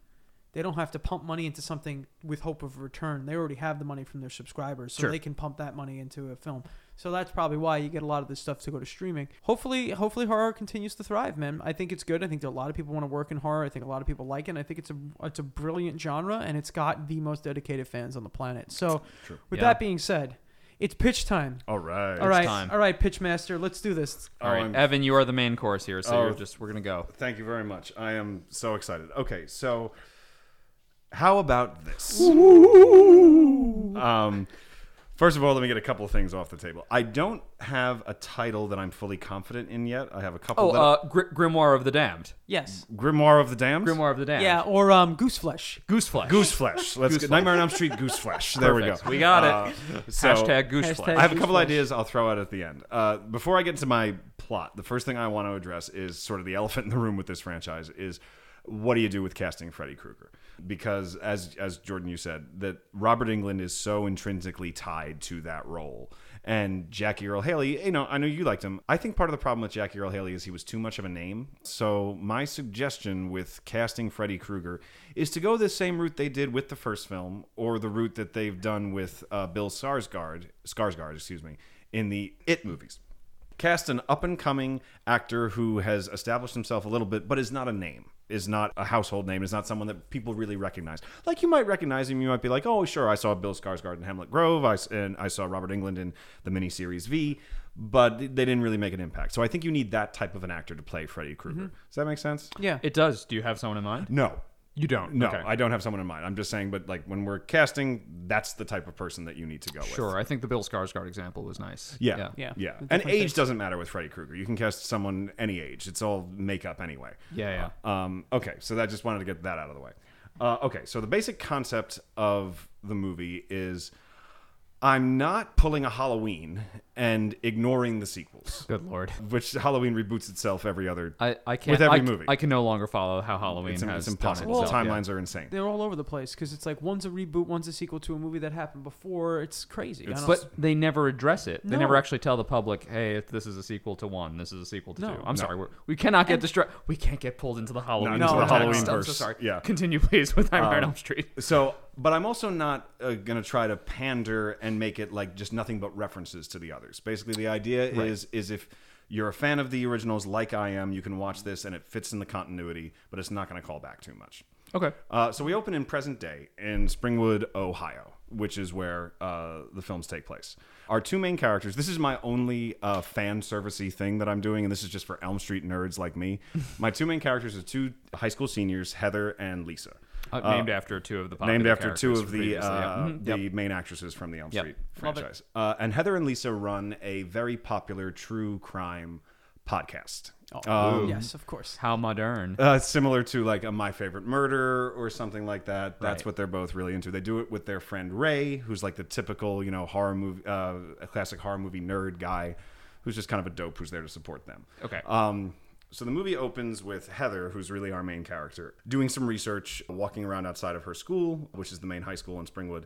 Speaker 1: They don't have to pump money into something with hope of return. They already have the money from their subscribers, so
Speaker 2: Sure.
Speaker 1: they can pump that money into a film. So that's probably why you get a lot of this stuff to go to streaming. Hopefully, hopefully horror continues to thrive, man. I think it's good. I think that a lot of people want to work in horror. I think a lot of people like it. And I think it's a it's a brilliant genre, and it's got the most dedicated fans on the planet. So, with
Speaker 2: Yeah.
Speaker 1: that being said, it's pitch time.
Speaker 3: All right.
Speaker 1: all right,
Speaker 2: time.
Speaker 1: all right, pitch master, let's do this.
Speaker 2: All right,
Speaker 3: I'm-
Speaker 2: Evan, you are the main course here, so
Speaker 3: Oh.
Speaker 2: you're just we're gonna go.
Speaker 3: Thank you very much. I am so excited. Okay, so how about this? Um, first of all, let me get a couple of things off the table. I don't have a title that I'm fully confident in yet. I have a couple.
Speaker 2: Oh,
Speaker 3: that
Speaker 2: uh, Gr- Grimoire of the Damned.
Speaker 1: Yes.
Speaker 3: Grimoire of the Damned.
Speaker 2: Grimoire of the Damned.
Speaker 1: Yeah, or um, goose flesh.
Speaker 2: Goose flesh.
Speaker 3: Goose flesh. Let's
Speaker 2: Goose
Speaker 3: get
Speaker 2: flesh.
Speaker 3: Nightmare on Elm Street.
Speaker 2: (laughs)
Speaker 3: Goose flesh. There we go.
Speaker 2: Perfect. We got it. (laughs)
Speaker 3: Uh, so-
Speaker 2: Hashtag goose
Speaker 1: Hashtag-
Speaker 2: flesh.
Speaker 3: I have a couple
Speaker 1: Gooseflesh.
Speaker 3: ideas I'll throw out at the end. Uh, before I get to my plot, the first thing I want to address is sort of the (laughs) elephant in the room with this franchise is what do you do with casting Freddy Krueger? Because as as Jordan you said, that Robert England is so intrinsically tied to that role. And Jackie Earl Haley, you know, I know you liked him. I think part of the problem with Jackie Earl Haley is he was too much of a name. So my suggestion with casting Freddy Krueger is to go the same route they did with the first film, or the route that they've done with uh, Bill Sarsgaard, Skarsgård, excuse me, in the It movies. Cast an up and coming actor who has established himself a little bit, but is not a name, is not a household name, is not someone that people really recognize. Like you might recognize him, you might be like, oh, sure, I saw Bill Skarsgård in Hamlet Grove, I, s- and I saw Robert England in the miniseries V, but they didn't really make an impact. So I think you need that type of an actor to play Freddy Krueger. Does that make sense?
Speaker 1: Yeah.
Speaker 2: It does. Do you have someone in mind?
Speaker 3: No.
Speaker 2: You don't.
Speaker 3: No,
Speaker 2: Okay.
Speaker 3: I don't have someone in mind. I'm just saying, but like when we're casting, that's the type of person that you need to go with.
Speaker 2: Sure. I think the Bill Skarsgård example was nice.
Speaker 3: Yeah.
Speaker 1: Yeah.
Speaker 3: Yeah.
Speaker 1: The
Speaker 3: And
Speaker 1: different
Speaker 3: age
Speaker 1: things.
Speaker 3: doesn't matter with Freddy Krueger. You can cast someone any age. It's all makeup anyway.
Speaker 2: Yeah, yeah.
Speaker 3: Um, okay, so that just wanted to get that out of the way. Uh, okay, so the basic concept of the movie is I'm not pulling a Halloween and ignoring the sequels,
Speaker 2: Good lord.
Speaker 3: which Halloween reboots itself every other.
Speaker 2: I, I can't.
Speaker 3: uh, every
Speaker 2: I,
Speaker 3: movie.
Speaker 2: I can no longer follow how Halloween
Speaker 3: It's,
Speaker 2: has
Speaker 3: it's
Speaker 2: done
Speaker 3: impossible.
Speaker 2: itself, yeah.
Speaker 3: Timelines are insane.
Speaker 5: They're all over the place because it's like one's a reboot, one's a sequel to a movie that happened before. It's crazy. I don't-
Speaker 2: But they never address it. They
Speaker 5: No.
Speaker 2: never actually tell the public, "Hey, if this is a sequel to one. This is a sequel to
Speaker 5: No.
Speaker 2: two. I'm sorry, we're, we cannot get distracted. We can't get pulled into the Halloween.
Speaker 3: into
Speaker 5: the
Speaker 2: vortex.
Speaker 5: Halloween
Speaker 2: I'm so
Speaker 3: verse.
Speaker 2: sorry.
Speaker 3: Yeah. Um,
Speaker 2: Continue, please, with Nightmare on Elm Street.
Speaker 3: So, but I'm also not uh, going to try to pander and make it like just nothing but references to the others. Basically, the idea is is if you're a fan of the originals like I am, you can watch this and it fits in the continuity, but it's not going to call back too much.
Speaker 2: Okay.
Speaker 3: Uh, so we open in present day in Springwood, Ohio, which is where uh, the films take place. Our two main characters. This is my only uh, fan servicey thing that I'm doing, and this is just for Elm Street nerds like me. my two main characters are two high school seniors, Heather and Lisa
Speaker 2: Uh, named after two of the popular
Speaker 3: named after two
Speaker 2: characters
Speaker 3: of the
Speaker 2: previously,
Speaker 3: uh,
Speaker 2: yeah. Mm-hmm.
Speaker 3: the main actresses from the Elm
Speaker 2: Yep.
Speaker 3: Street
Speaker 5: Love it.
Speaker 3: franchise. Uh, and Heather and Lisa run a very popular true crime podcast.
Speaker 2: Oh.
Speaker 3: Um,
Speaker 5: yes, of course.
Speaker 2: How modern.
Speaker 3: uh, similar to like a My Favorite Murder or something like that. That's
Speaker 2: Right.
Speaker 3: what they're both really into. They do it with their friend Ray, who's like the typical, you know, horror movie, uh, classic horror movie nerd guy, who's just kind of a dope who's there to support them.
Speaker 2: Okay.
Speaker 3: Um, so the movie opens with Heather, who's really our main character, doing some research, walking around outside of her school, which is the main high school in Springwood,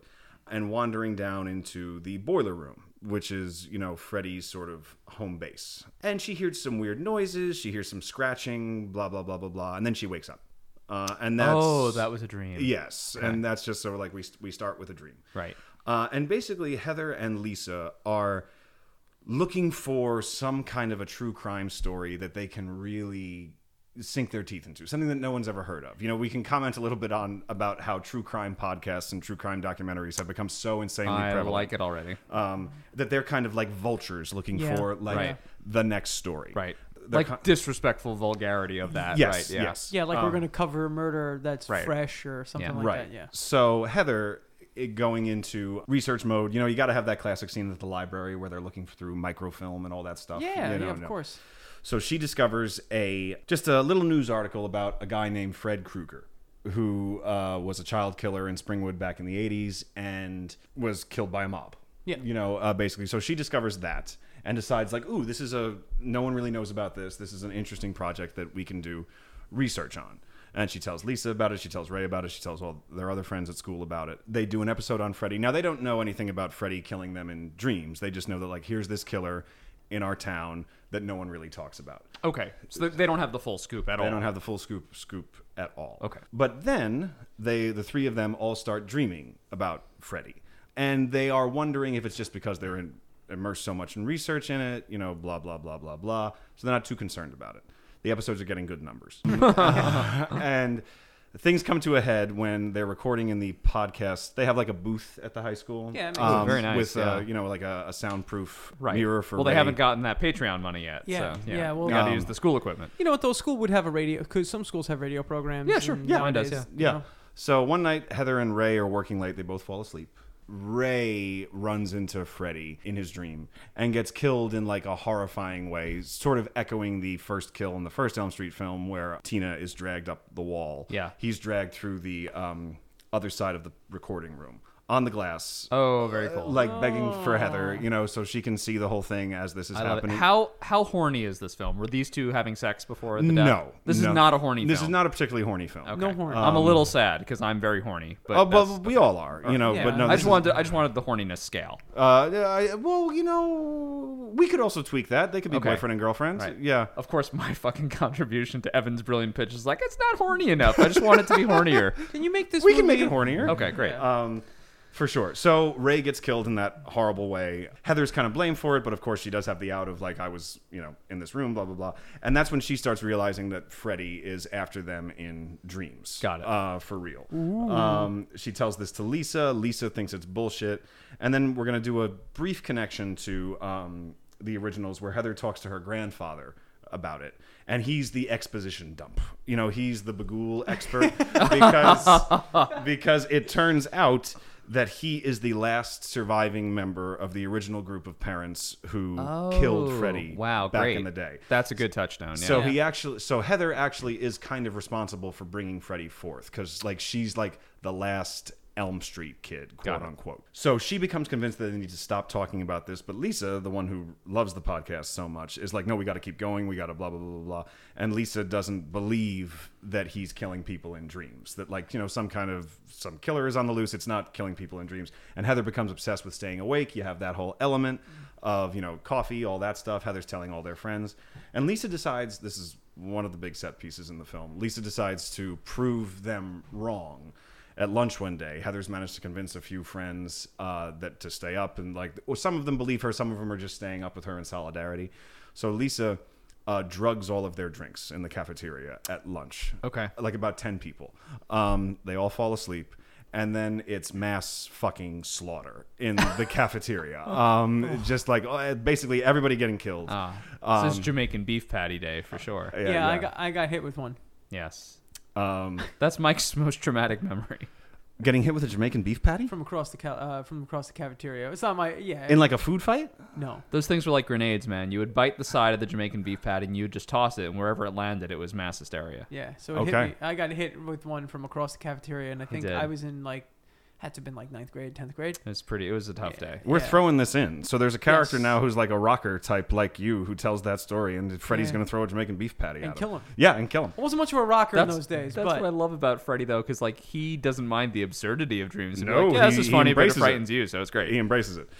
Speaker 3: and wandering down into the boiler room, which is, you know, Freddy's sort of home base. And she hears some weird noises, she hears some scratching, blah, blah, blah, blah, blah, and then she wakes up. Uh, and that's.
Speaker 2: oh, that was a dream.
Speaker 3: Yes, and that's just so like we we start with a dream,
Speaker 2: Right.
Speaker 3: Uh, and basically, Heather and Lisa are looking for some kind of a true crime story that they can really sink their teeth into, something that no one's ever heard of. You know, we can comment a little bit on about how true crime podcasts and true crime documentaries have become so insanely
Speaker 2: I
Speaker 3: prevalent
Speaker 2: like it already.
Speaker 3: um, that they're kind of like vultures looking
Speaker 5: Yeah.
Speaker 3: for like
Speaker 2: Right.
Speaker 3: the next story,
Speaker 2: Right.
Speaker 3: They're
Speaker 2: Like
Speaker 3: con-
Speaker 2: disrespectful vulgarity of that.
Speaker 3: yes,
Speaker 2: Right. Yeah.
Speaker 3: yes,
Speaker 5: Yeah, like we're gonna cover a murder that's
Speaker 2: right.
Speaker 5: fresh or something
Speaker 2: Yeah.
Speaker 5: like
Speaker 3: right.
Speaker 5: that. Yeah.
Speaker 3: So Heather i- going into research mode, you know, you got to have that classic scene at the library where they're looking through microfilm and all that stuff.
Speaker 5: Yeah,
Speaker 3: you know,
Speaker 5: yeah, of
Speaker 3: no.
Speaker 5: course.
Speaker 3: So she discovers a just a little news article about a guy named Fred Krueger. Who uh, was a child killer in Springwood back in the 80s and was killed by a mob.
Speaker 5: Yeah.
Speaker 3: You know, uh, basically. So she discovers that and decides, like, ooh, this is a, no one really knows about this. This is an interesting project that we can do research on. And she tells Lisa about it. She tells Ray about it. She tells all their other friends at school about it. They do an episode on Freddy. Now, they don't know anything about Freddy killing them in dreams. They just know that, like, here's this killer in our town that no one really talks about.
Speaker 2: Okay. So they- they don't have the full scoop at all.
Speaker 3: They don't have the full scoop scoop at all.
Speaker 2: Okay.
Speaker 3: But then they the three of them all start dreaming about Freddy. And they are wondering if it's just because they're in, immersed so much in research in it, you know, blah blah blah blah blah. So they're not too concerned about it. The episodes are getting good
Speaker 2: (laughs)
Speaker 3: numbers. (laughs) and things come to a head when they're recording in the podcast. They have like a booth at the high school.
Speaker 5: Yeah, it makes
Speaker 2: sense. Oh, Very nice,
Speaker 3: With
Speaker 2: yeah.
Speaker 3: uh, you know like a, a soundproof
Speaker 2: Right.
Speaker 3: mirror for
Speaker 2: well, they
Speaker 3: Ray.
Speaker 2: haven't gotten that Patreon money yet.
Speaker 5: Yeah,
Speaker 2: So,
Speaker 5: yeah, well-
Speaker 2: you got to
Speaker 3: Um,
Speaker 2: use the school equipment.
Speaker 5: You know what? Though school would have a radio. Cause some schools have radio programs.
Speaker 2: Yeah, sure.
Speaker 5: and
Speaker 2: Yeah, mine does,
Speaker 5: nowadays, you
Speaker 3: Yeah.
Speaker 5: know.
Speaker 3: So one night, Heather and Ray are working late. They both fall asleep. Ray runs into Freddy in his dream and gets killed in like a horrifying way, sort of echoing the first kill in the first Elm Street film where Tina is dragged up the wall.
Speaker 2: Yeah.
Speaker 3: He's dragged through the um, other side of the recording room on the glass.
Speaker 2: Oh, very cool.
Speaker 3: Like begging for Heather, you know, so she can see the whole thing as this is
Speaker 2: I love it.
Speaker 3: happening.
Speaker 2: How how horny is this film? Were these two having sex before the death?
Speaker 3: No,
Speaker 2: this
Speaker 3: no.
Speaker 2: is not a horny.
Speaker 3: This
Speaker 2: film.
Speaker 3: is not a particularly horny film.
Speaker 2: Okay.
Speaker 5: No horny.
Speaker 2: I'm a little sad because I'm very horny. But
Speaker 3: Oh,
Speaker 2: that's-
Speaker 3: but we all are, you know.
Speaker 5: Yeah.
Speaker 3: But no,
Speaker 2: I
Speaker 3: this
Speaker 2: just
Speaker 3: is-
Speaker 2: wanted to, I just wanted the horniness scale.
Speaker 3: Uh, yeah, I, well, you know, we could also tweak that. They could be
Speaker 2: Okay.
Speaker 3: boyfriend and girlfriend.
Speaker 2: Right.
Speaker 3: Yeah.
Speaker 2: Of course, my (laughs) fucking contribution to Evan's brilliant pitch is like it's not horny enough. I just want it to be
Speaker 3: (laughs)
Speaker 2: hornier.
Speaker 5: Can you make this?
Speaker 3: We can make
Speaker 5: movie-
Speaker 3: it hornier.
Speaker 2: Okay, great.
Speaker 3: Um, for sure. So Ray gets killed in that horrible way. Heather's kind of blamed for it, but of course she does have the out of like I was, you know, in this room, blah blah blah. And that's when she starts realizing that Freddy is after them in dreams.
Speaker 2: Got it.
Speaker 3: Uh, for real. Um, she tells this to Lisa. Lisa thinks it's bullshit. And then we're gonna do a brief connection to um, the originals where Heather talks to her grandfather about it and he's the exposition dump you know he's the bagul
Speaker 2: (laughs)
Speaker 3: expert because because it turns out that he is the last surviving member of the original group of parents who killed
Speaker 2: Oh,
Speaker 3: Freddy
Speaker 2: Wow,
Speaker 3: back
Speaker 2: great.
Speaker 3: in the day.
Speaker 2: That's a good touchdown. Yeah.
Speaker 3: So he actually, so Heather actually is kind of responsible for bringing Freddy forth because like she's like the last Elm Street kid,
Speaker 2: Got
Speaker 3: quote
Speaker 2: it.
Speaker 3: unquote. So she becomes convinced that they need to stop talking about this. But Lisa, the one who loves the podcast so much, is like, no, we got to keep going. We got to blah, blah, blah, blah, blah. And Lisa doesn't believe that he's killing people in dreams, that like, you know, some kind of, some killer is on the loose. It's not killing people in dreams. And Heather becomes obsessed with staying awake. You have that whole element of, you know, coffee, all that stuff. Heather's telling all their friends. And Lisa decides this is one of the big set pieces in the film. Lisa decides to prove them wrong at lunch one day, Heather's managed to convince a few friends uh, that to stay up, and like well, some of them believe her, some of them are just staying up with her in solidarity. So Lisa uh, drugs all of their drinks in the cafeteria at lunch.
Speaker 2: Okay.
Speaker 3: like about ten people. Um, they all fall asleep. And then it's mass fucking slaughter in (laughs) the cafeteria. Um, just like uh, basically everybody getting killed.
Speaker 2: Ah,
Speaker 3: um,
Speaker 2: this is Jamaican beef patty day for sure.
Speaker 5: Yeah, I got I got hit with one.
Speaker 2: yes,
Speaker 3: um,
Speaker 2: that's Mike's (laughs) most traumatic memory.
Speaker 3: (laughs) getting hit with a Jamaican beef patty
Speaker 5: from across the ca- uh, from across the cafeteria. It's not my yeah.
Speaker 3: in like a food fight.
Speaker 5: no,
Speaker 2: Those things were like grenades, man. You would bite the side of the Jamaican beef patty and you would just toss it, and wherever it landed, it was mass hysteria.
Speaker 5: yeah. So it
Speaker 3: Okay.
Speaker 5: hit me. I got hit with one from across the cafeteria, and I think
Speaker 2: did.
Speaker 5: I was in like had to have been like ninth grade, tenth grade.
Speaker 2: It was pretty. It was a tough day.
Speaker 3: We're
Speaker 5: Yeah.
Speaker 3: throwing this in. So there's a character
Speaker 5: Yes.
Speaker 3: now who's like a rocker type, like you, who tells that story, and Freddy's
Speaker 5: Yeah.
Speaker 3: going to throw a Jamaican beef patty
Speaker 5: And
Speaker 3: at
Speaker 5: kill him.
Speaker 3: Yeah, and kill him.
Speaker 5: I wasn't much of a rocker in
Speaker 2: That's,
Speaker 5: those days,
Speaker 2: that's
Speaker 5: but
Speaker 2: what I love about Freddy though, because like he doesn't mind the absurdity of dreams. He'd be
Speaker 3: No,
Speaker 2: like, yeah, this
Speaker 3: he-
Speaker 2: is
Speaker 3: he
Speaker 2: funny, but it
Speaker 3: embraces it.
Speaker 2: frightens you, so it's great.
Speaker 3: He embraces it.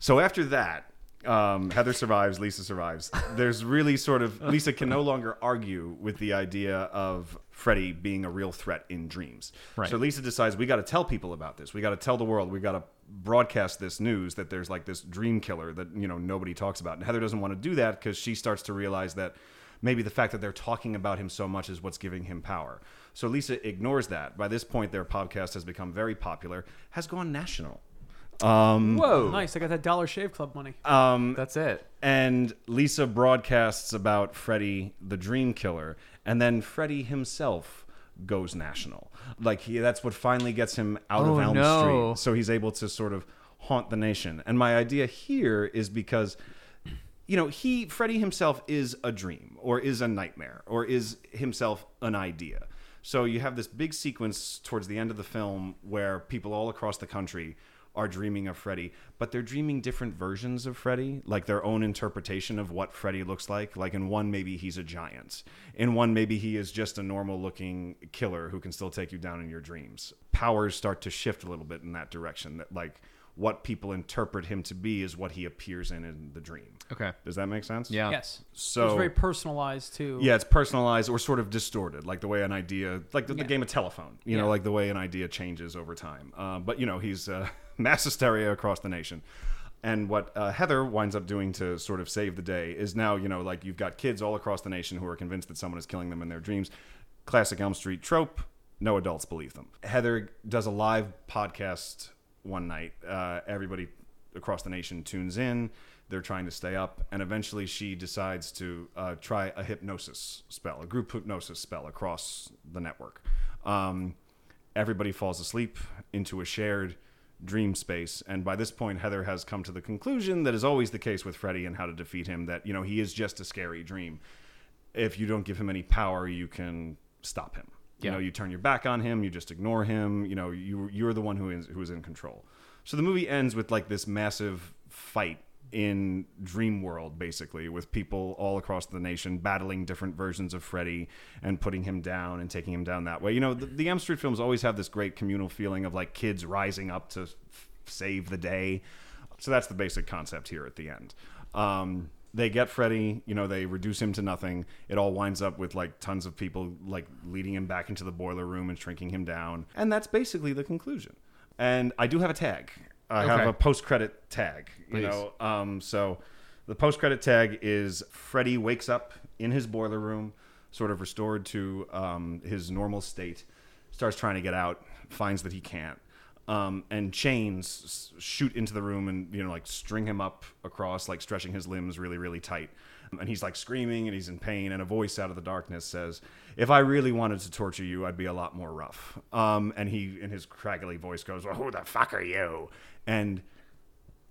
Speaker 3: So after that, um, Heather survives, Lisa survives. There's really sort of Lisa can no longer argue with the idea of Freddy being a real threat in dreams.
Speaker 2: Right.
Speaker 3: So Lisa decides we got to tell people about this. We got to tell the world. We got to broadcast this news that there's like this dream killer that you know nobody talks about. And Heather doesn't want to do that because she starts to realize that maybe the fact that they're talking about him so much is what's giving him power. So Lisa ignores that. By this point, their podcast has become very popular, has gone national. Um,
Speaker 2: Whoa,
Speaker 5: nice. I got that Dollar Shave Club money.
Speaker 3: um,
Speaker 2: that's it.
Speaker 3: and Lisa broadcasts about Freddy the Dream Killer, and then Freddy himself goes national. Like he, that's what finally gets him out
Speaker 2: Oh,
Speaker 3: of Elm
Speaker 2: no.
Speaker 3: Street, so he's able to sort of haunt the nation. And my idea here is because. You know, he Freddy himself is a dream, or is a nightmare, or is himself an idea. So you have this big sequence towards the end of the film where people all across the country are dreaming of Freddy, but they're dreaming different versions of Freddy, like their own interpretation of what Freddy looks like. Like in one, maybe he's a giant. In one, maybe he is just a normal looking killer who can still take you down in your dreams. Powers start to shift a little bit in that direction. That like what people interpret him to be is what he appears in in the dream.
Speaker 2: Okay,
Speaker 3: Does that make sense?
Speaker 2: yeah,
Speaker 5: yes,
Speaker 3: So
Speaker 5: it was very personalized too.
Speaker 3: yeah, it's personalized or sort of distorted, like the way an idea, like the, the
Speaker 5: Yeah.
Speaker 3: game of telephone, you
Speaker 5: Yeah.
Speaker 3: know, like the way an idea changes over time. Uh, but, you know, he's uh, (laughs) mass hysteria across the nation. And what uh, Heather winds up doing to sort of save the day is now, you know, like you've got kids all across the nation who are convinced that someone is killing them in their dreams. Classic Elm Street trope no adults believe them. Heather does a live podcast one night. Uh, everybody across the nation tunes in. They're trying to stay up, and eventually she decides to uh, try a hypnosis spell, a group hypnosis spell across the network. Um, everybody falls asleep into a shared dream space, and by this point, Heather has come to the conclusion that is always the case with Freddy and how to defeat him. That you know he is just a scary dream. If you don't give him any power, you can stop him. You
Speaker 2: Yeah.
Speaker 3: know, you turn your back on him, you just ignore him. You know, you you're the one who is who is in control. So the movie ends with like this massive fight in dream world basically with people all across the nation battling different versions of freddy and putting him down and taking him down that way you know the, the elm street films always have this great communal feeling of like kids rising up to f- save the day so that's the basic concept here at the end. Um, they get Freddy, you know, they reduce him to nothing. It all winds up with like tons of people like leading him back into the boiler room and shrinking him down. And that's basically the conclusion. And I do have a tag. I have
Speaker 2: Okay.
Speaker 3: a post credit tag, you
Speaker 2: Please.
Speaker 3: know. Um, so the post credit tag is Freddy wakes up in his boiler room, sort of restored to um, his normal state, starts trying to get out, finds that he can't um, and chains s- shoot into the room and you know like string him up across like stretching his limbs really really tight and he's like screaming and he's in pain and a voice out of the darkness says if i really wanted to torture you i'd be a lot more rough um, and he in his craggly voice goes well who the fuck are you and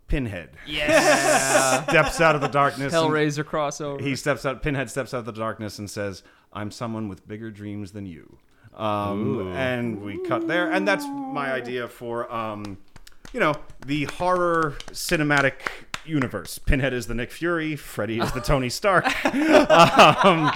Speaker 3: pinhead (laughs) steps out of the darkness and-
Speaker 2: Hellraiser crossover.
Speaker 3: he steps out. Pinhead steps out of the darkness and says, "I'm someone with bigger dreams than you." Um, and we cut there, and that's my idea for um, you know the horror cinematic universe. Pinhead is the Nick Fury, Freddy is the
Speaker 2: (laughs)
Speaker 3: Tony Stark, um,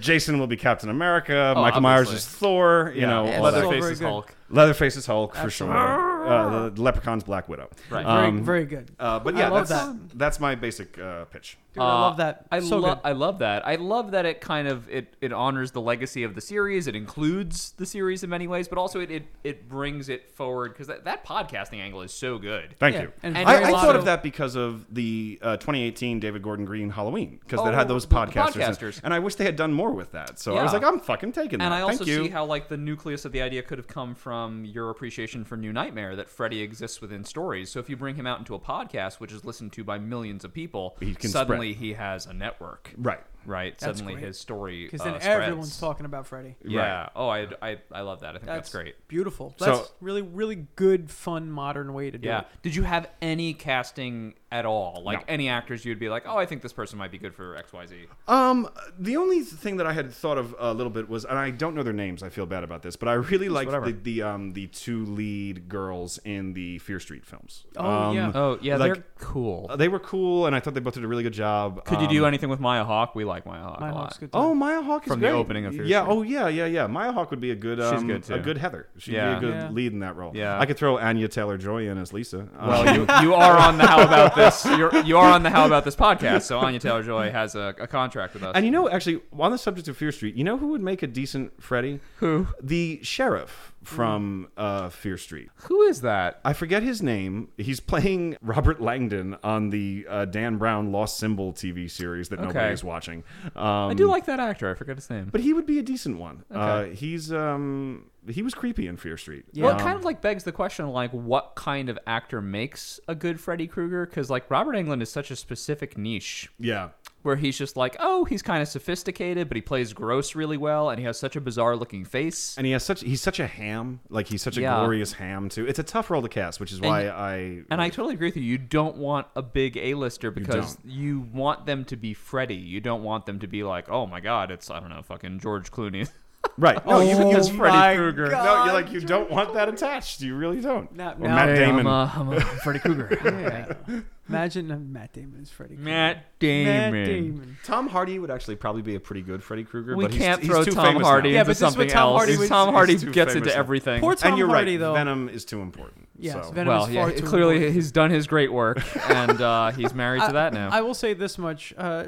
Speaker 3: Jason will be Captain America,
Speaker 2: Oh,
Speaker 3: Michael Myers
Speaker 2: obviously.
Speaker 3: is Thor. You know, all that.
Speaker 2: Leatherface
Speaker 5: very
Speaker 2: is
Speaker 5: good.
Speaker 2: Hulk.
Speaker 3: Leatherface is Hulk for sure. Uh, the Leprechaun's Black Widow.
Speaker 2: Right.
Speaker 3: Um,
Speaker 5: very, very good.
Speaker 3: uh, but
Speaker 5: I
Speaker 3: yeah,
Speaker 5: love
Speaker 3: that's that's my basic uh, pitch.
Speaker 5: Dude, I
Speaker 2: Uh,
Speaker 5: love that.
Speaker 2: I
Speaker 5: so
Speaker 2: love.
Speaker 5: good.
Speaker 2: I love that. I love that it kind of it, it honors the legacy of the series. It includes the series in many ways, but also it it, it brings it forward because that, that podcasting angle is so good.
Speaker 3: Thank
Speaker 5: Yeah,
Speaker 3: you.
Speaker 5: and
Speaker 2: And
Speaker 3: I,
Speaker 2: very
Speaker 3: I
Speaker 2: lot
Speaker 3: thought of
Speaker 2: of-
Speaker 3: that because of the uh, 2018 David Gordon Green Halloween because
Speaker 2: Oh,
Speaker 3: they had those
Speaker 2: the- the
Speaker 3: podcasters, in-
Speaker 2: podcasters.
Speaker 3: and I wish they had done more with that. So I was
Speaker 2: Yeah.
Speaker 3: like, I'm fucking taking that.
Speaker 2: And I also
Speaker 3: Thank you.
Speaker 2: see how like the nucleus of the idea could have come from your appreciation for New Nightmare that Freddy exists within stories. So if you bring him out into a podcast, which is listened to by millions of people,
Speaker 3: He can
Speaker 2: suddenly he has a network.
Speaker 3: right.
Speaker 2: Right. suddenly
Speaker 5: great.
Speaker 2: his story.
Speaker 5: Because
Speaker 2: uh,
Speaker 5: then
Speaker 2: spreads.
Speaker 5: everyone's talking about Freddy.
Speaker 2: Yeah. Oh, I, I I love that. I think that's, great.
Speaker 5: Beautiful.
Speaker 3: So-
Speaker 5: That's really, really good, fun, modern way to do
Speaker 2: Yeah.
Speaker 5: it.
Speaker 2: Did you have any casting at all? Like
Speaker 3: No.
Speaker 2: any actors you'd be like, oh, I think this person might be good for X Y Z.
Speaker 3: Um, the only thing that I had thought of a little bit was, and I don't know their names. I feel bad about this, but I really liked
Speaker 2: whatever.
Speaker 3: the, the um the two lead girls in the Fear Street films. Oh
Speaker 5: yeah.
Speaker 2: Oh yeah,
Speaker 3: Like-
Speaker 2: they're cool.
Speaker 3: They were cool, and I thought they both did a really good job.
Speaker 2: Could you
Speaker 3: Um,
Speaker 2: do anything with Maya Hawk? We like Maya Hawk
Speaker 5: My
Speaker 2: a lot.
Speaker 5: Hawk's good. too.
Speaker 3: Oh, Maya Hawk is
Speaker 2: From the
Speaker 3: great.
Speaker 2: opening of Fear
Speaker 3: yeah.
Speaker 2: Street.
Speaker 3: Oh yeah, yeah, yeah. Maya Hawk would be a good, um,
Speaker 2: good, too.
Speaker 3: a good Heather. She'd
Speaker 2: Yeah.
Speaker 3: be a good
Speaker 5: Yeah.
Speaker 3: lead in that role.
Speaker 2: Yeah.
Speaker 3: I could throw Anya Taylor Joy in as Lisa.
Speaker 2: (laughs) (laughs)
Speaker 3: Um,
Speaker 2: Well, you, you are on the How About This. You're, you are on the How About This podcast. So Anya Taylor Joy has a, a contract with us.
Speaker 3: (laughs) and you know, actually, on the subject of Fear Street, you know who would make a decent Freddy? Who? The sheriff from
Speaker 2: Mm-hmm.
Speaker 3: uh, Fear Street.
Speaker 2: Who is that?
Speaker 3: I forget his name. He's playing (laughs) Robert Langdon on the uh, Dan Brown Lost Symbol TV series that
Speaker 2: Okay.
Speaker 3: nobody is watching. Um,
Speaker 2: I do like that actor. I forget his name.
Speaker 3: but he would be a decent one. Uh, he's um, he was creepy in Fear Street. Uh,
Speaker 2: Well, it kind of like begs the question, like what kind of actor makes a good Freddy Krueger? Because like Robert Englund is such a specific niche
Speaker 3: Yeah.
Speaker 2: where he's just like, oh, he's kind of sophisticated, but he plays gross really well, and he has such a bizarre looking face.
Speaker 3: and he has such he's such a ham like he's such a
Speaker 2: Yeah.
Speaker 3: glorious ham too it's a tough role to cast which is why i
Speaker 2: And I totally agree with you. You don't want a big A-lister because
Speaker 3: don't.
Speaker 2: you, want them to be Freddy. You don't want them to be like, oh my god, it's I don't know, fucking George Clooney.
Speaker 3: right no you
Speaker 5: Oh
Speaker 3: use
Speaker 5: my
Speaker 3: freddy krueger no
Speaker 5: God,
Speaker 3: you're like you don't want that attached you really don't
Speaker 5: Now-
Speaker 3: or
Speaker 5: now-
Speaker 2: (laughs)
Speaker 3: matt
Speaker 2: Hey, I'm,
Speaker 3: damon
Speaker 2: uh, I'm
Speaker 5: (laughs)
Speaker 2: a Freddy
Speaker 3: (laughs)
Speaker 2: Krueger.
Speaker 5: Yeah. Imagine uh, Matt Damon is Freddy. Krueger.
Speaker 2: Matt Damon.
Speaker 5: Matt Damon.
Speaker 3: tom hardy would actually probably be a pretty good freddy krueger
Speaker 2: We
Speaker 3: but he's-
Speaker 2: can't
Speaker 3: he's
Speaker 2: throw
Speaker 3: too
Speaker 2: Tom
Speaker 3: famous now.
Speaker 2: Hardy
Speaker 5: Yeah,
Speaker 2: into
Speaker 5: but this is what
Speaker 2: something
Speaker 5: Tom
Speaker 2: else.
Speaker 5: Hardy
Speaker 2: He's-
Speaker 5: was-
Speaker 2: Tom Hardy
Speaker 3: he's too
Speaker 2: gets into
Speaker 3: famous now.
Speaker 2: everything.
Speaker 5: Poor Tom
Speaker 3: and you're
Speaker 5: Hardy
Speaker 3: right
Speaker 5: though.
Speaker 3: venom is too important
Speaker 5: Yes,
Speaker 3: so.
Speaker 5: Venom
Speaker 2: well,
Speaker 5: is
Speaker 2: yeah,
Speaker 5: far
Speaker 2: it-
Speaker 5: too
Speaker 2: clearly
Speaker 5: important.
Speaker 2: he's done his great work,
Speaker 5: (laughs)
Speaker 2: and uh, he's married to that now.
Speaker 5: I will say this much. Uh,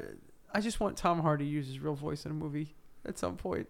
Speaker 5: I just want Tom Hardy to use his real voice in a movie at some point,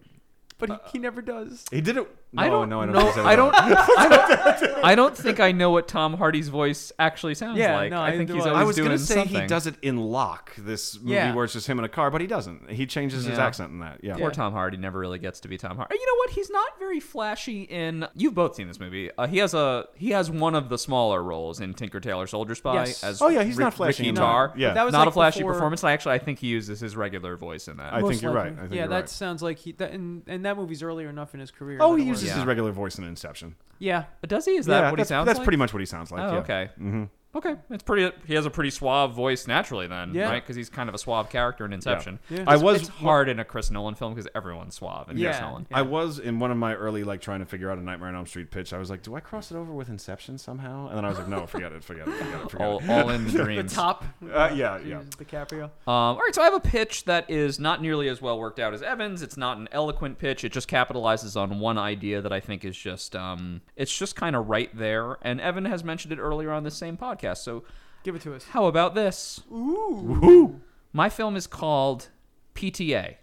Speaker 5: but he, he never does.
Speaker 3: he did it no
Speaker 2: I don't
Speaker 3: no i don't
Speaker 2: know-
Speaker 3: think so.
Speaker 2: I don't, I don't. I don't think I know what Tom Hardy's voice actually sounds
Speaker 5: Yeah,
Speaker 2: like.
Speaker 5: no,
Speaker 2: I
Speaker 5: I
Speaker 2: think
Speaker 5: do-
Speaker 2: he's
Speaker 5: I
Speaker 2: always
Speaker 3: I was
Speaker 2: doing
Speaker 3: gonna say
Speaker 2: something.
Speaker 3: he does it in Lock, this movie
Speaker 5: Yeah.
Speaker 3: where it's just him in a car, but he doesn't. He changes his
Speaker 2: Yeah.
Speaker 3: accent in that. Yeah.
Speaker 2: Poor Tom Hardy never really gets to be Tom Hardy. You know what? He's not very flashy in. You've both seen this movie. Uh, he has a he has one of the smaller roles in Tinker Tailor Soldier Spy.
Speaker 5: Yes.
Speaker 2: As
Speaker 3: Oh, yeah, he's
Speaker 2: Rick-
Speaker 3: not flashy
Speaker 2: Ricky
Speaker 3: in that.
Speaker 2: Tar.
Speaker 3: Yeah.
Speaker 5: That was,
Speaker 2: not
Speaker 5: like,
Speaker 2: a flashy
Speaker 5: before-
Speaker 2: performance. I actually I think he uses his regular voice in that.
Speaker 3: I
Speaker 5: Most
Speaker 3: think you're
Speaker 5: likely.
Speaker 3: right. I think
Speaker 5: yeah,
Speaker 3: you're
Speaker 5: that
Speaker 3: right.
Speaker 5: sounds like he that, and, and that movie's earlier enough in his career.
Speaker 3: Oh,
Speaker 5: that
Speaker 3: he
Speaker 5: it
Speaker 3: uses
Speaker 5: works.
Speaker 3: his
Speaker 2: Yeah.
Speaker 3: regular voice in Inception.
Speaker 5: yeah.
Speaker 2: But does he? Is that what he
Speaker 3: that's,
Speaker 2: sounds
Speaker 3: that's
Speaker 2: like?
Speaker 3: pretty much what he sounds like.
Speaker 2: Oh,
Speaker 3: yeah.
Speaker 2: okay. Mm-hmm. Okay, it's pretty. He has a pretty suave voice naturally, then,
Speaker 5: Yeah.
Speaker 2: right? Because he's kind of a suave character in Inception.
Speaker 5: Yeah.
Speaker 3: I was
Speaker 2: It's hard in a Chris Nolan film because everyone's suave in Chris
Speaker 5: Yeah.
Speaker 2: Nolan.
Speaker 3: I was in one of my early like trying to figure out a Nightmare on Elm Street pitch. I was like, do I cross it over with Inception somehow? And then I was
Speaker 2: (laughs)
Speaker 3: like, no, forget it, forget it, forget it, forget
Speaker 2: All,
Speaker 3: it.
Speaker 2: all in the
Speaker 5: The
Speaker 2: dreams.
Speaker 5: top.
Speaker 3: Uh, yeah, yeah.
Speaker 5: Jesus, DiCaprio.
Speaker 2: Um, all right, so I have a pitch that is not nearly as well worked out as Evans. It's not an eloquent pitch. It just capitalizes on one idea that I think is just um, it's just kind of right there. And Evan has mentioned it earlier on this same podcast. So
Speaker 5: Give it to us.
Speaker 2: how about this?
Speaker 5: Ooh.
Speaker 2: My film is called PTA,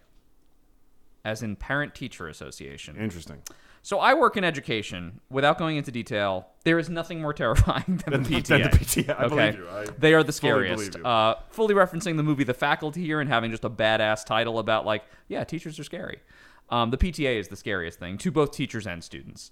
Speaker 2: as in Parent Teacher Association.
Speaker 3: Interesting.
Speaker 2: So I work in education. Without going into detail, there is nothing more (laughs) terrifying than the PTA.
Speaker 3: than the PTA. I believe you. I
Speaker 2: they are the
Speaker 3: fully believe
Speaker 2: scariest.
Speaker 3: you.
Speaker 2: Uh, fully referencing the movie The Faculty here and having just a badass title about like, yeah, teachers are scary. Um, the PTA is the scariest thing to both teachers and students.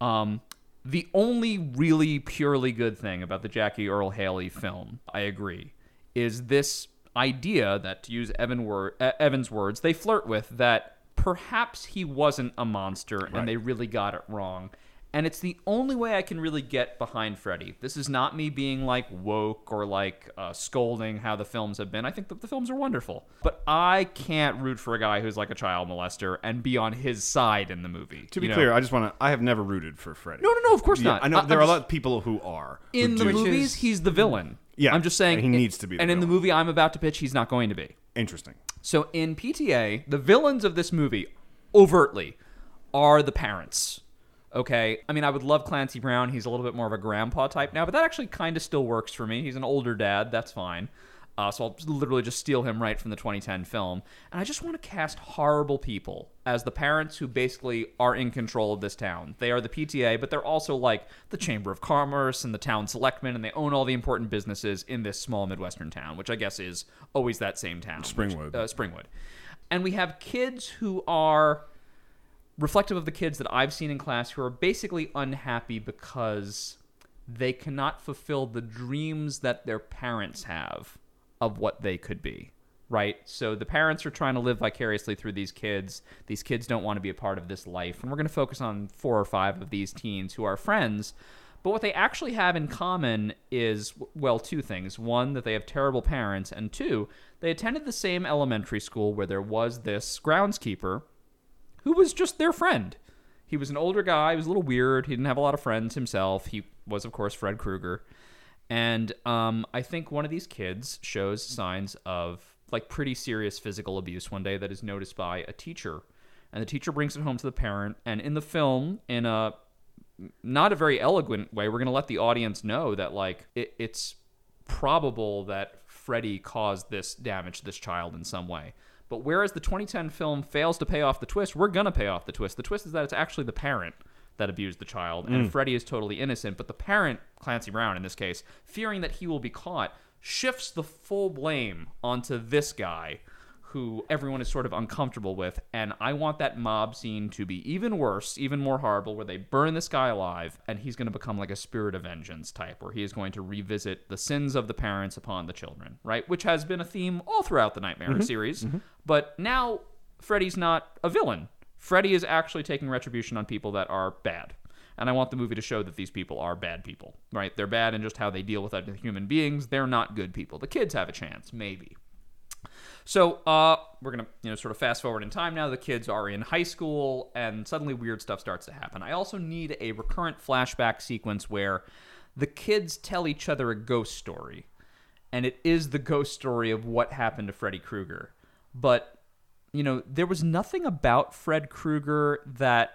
Speaker 2: Um, the only really purely good thing about the Jackie Earl Haley film, I agree, is this idea that, to use Evan wor- uh, Evan's words, they flirt with that perhaps he wasn't a monster and they really got it wrong. and it's the only way I can really get behind Freddy. This is not me being like woke or like uh, scolding how the films have been. I think that the films are wonderful, but I can't root for a guy who's like a child molester and be on his side in the movie.
Speaker 3: To be
Speaker 2: you know?
Speaker 3: clear, I just want to. I have never rooted for Freddy.
Speaker 2: no, no, no, of course
Speaker 3: Yeah,
Speaker 2: not.
Speaker 3: I know
Speaker 2: I-
Speaker 3: there
Speaker 2: I'm
Speaker 3: are a
Speaker 2: just-
Speaker 3: lot of people who are who
Speaker 2: in the
Speaker 3: do.
Speaker 2: movies, he's the villain.
Speaker 3: Yeah,
Speaker 2: I'm just saying
Speaker 3: and he needs to be the
Speaker 2: and in the
Speaker 3: villain.
Speaker 2: movie I'm about to pitch, he's not going to be.
Speaker 3: Interesting.
Speaker 2: So in PTA, the villains of this movie, overtly, are the parents. Okay, I mean, I would love Clancy Brown. He's a little bit more of a grandpa type now, but that actually kind of still works for me. He's an older dad. That's fine. Uh, so I'll literally just steal him right from the 2010 film. And I just want to cast horrible people as the parents who basically are in control of this town. They are the PTA, but they're also like the Chamber of Commerce and the town selectmen, and they own all the important businesses in this small Midwestern town, which I guess is always that same town.
Speaker 3: Springwood.
Speaker 2: Which, uh, Springwood. And we have kids who are reflective of the kids that I've seen in class who are basically unhappy because they cannot fulfill the dreams that their parents have of what they could be, right? So the parents are trying to live vicariously through these kids. These kids don't want to be a part of this life. And we're going to focus on four or five of these teens who are friends. But what they actually have in common is, well, two things. One, that they have terrible parents. And two, they attended the same elementary school where there was this groundskeeper who was just their friend. He was an older guy. He was a little weird. He didn't have a lot of friends himself. He was, of course, Fred Krueger. And um, I think one of these kids shows signs of like pretty serious physical abuse one day that is noticed by a teacher. And the teacher brings it home to the parent. And in the film, in a not a very eloquent way, we're going to let the audience know that like it, it's probable that Freddy caused this damage to this child in some way. But whereas the 2010 film fails to pay off the twist, we're going to pay off the twist. The twist is that it's actually the parent that abused the child, and Freddy is totally innocent. But the parent, Clancy Brown in this case, fearing that he will be caught, shifts the full blame onto this guy who everyone is sort of uncomfortable with. And I want that mob scene to be even worse, even more horrible, where they burn this guy alive and he's going to become like a spirit of vengeance type, where he is going to revisit the sins of the parents upon the children, right? Which has been a theme all throughout the Nightmare series. But now Freddy's not a villain. Freddy is actually taking retribution on people that are bad. And I want the movie to show that these people are bad people, right? They're bad in just how they deal with other human beings. They're not good people. The kids have a chance, maybe. So uh, we're gonna you know sort of fast forward in time now. The kids are in high school, and suddenly weird stuff starts to happen. I also need a recurrent flashback sequence where the kids tell each other a ghost story, and it is the ghost story of what happened to Freddy Krueger. But you know there was nothing about Fred Krueger that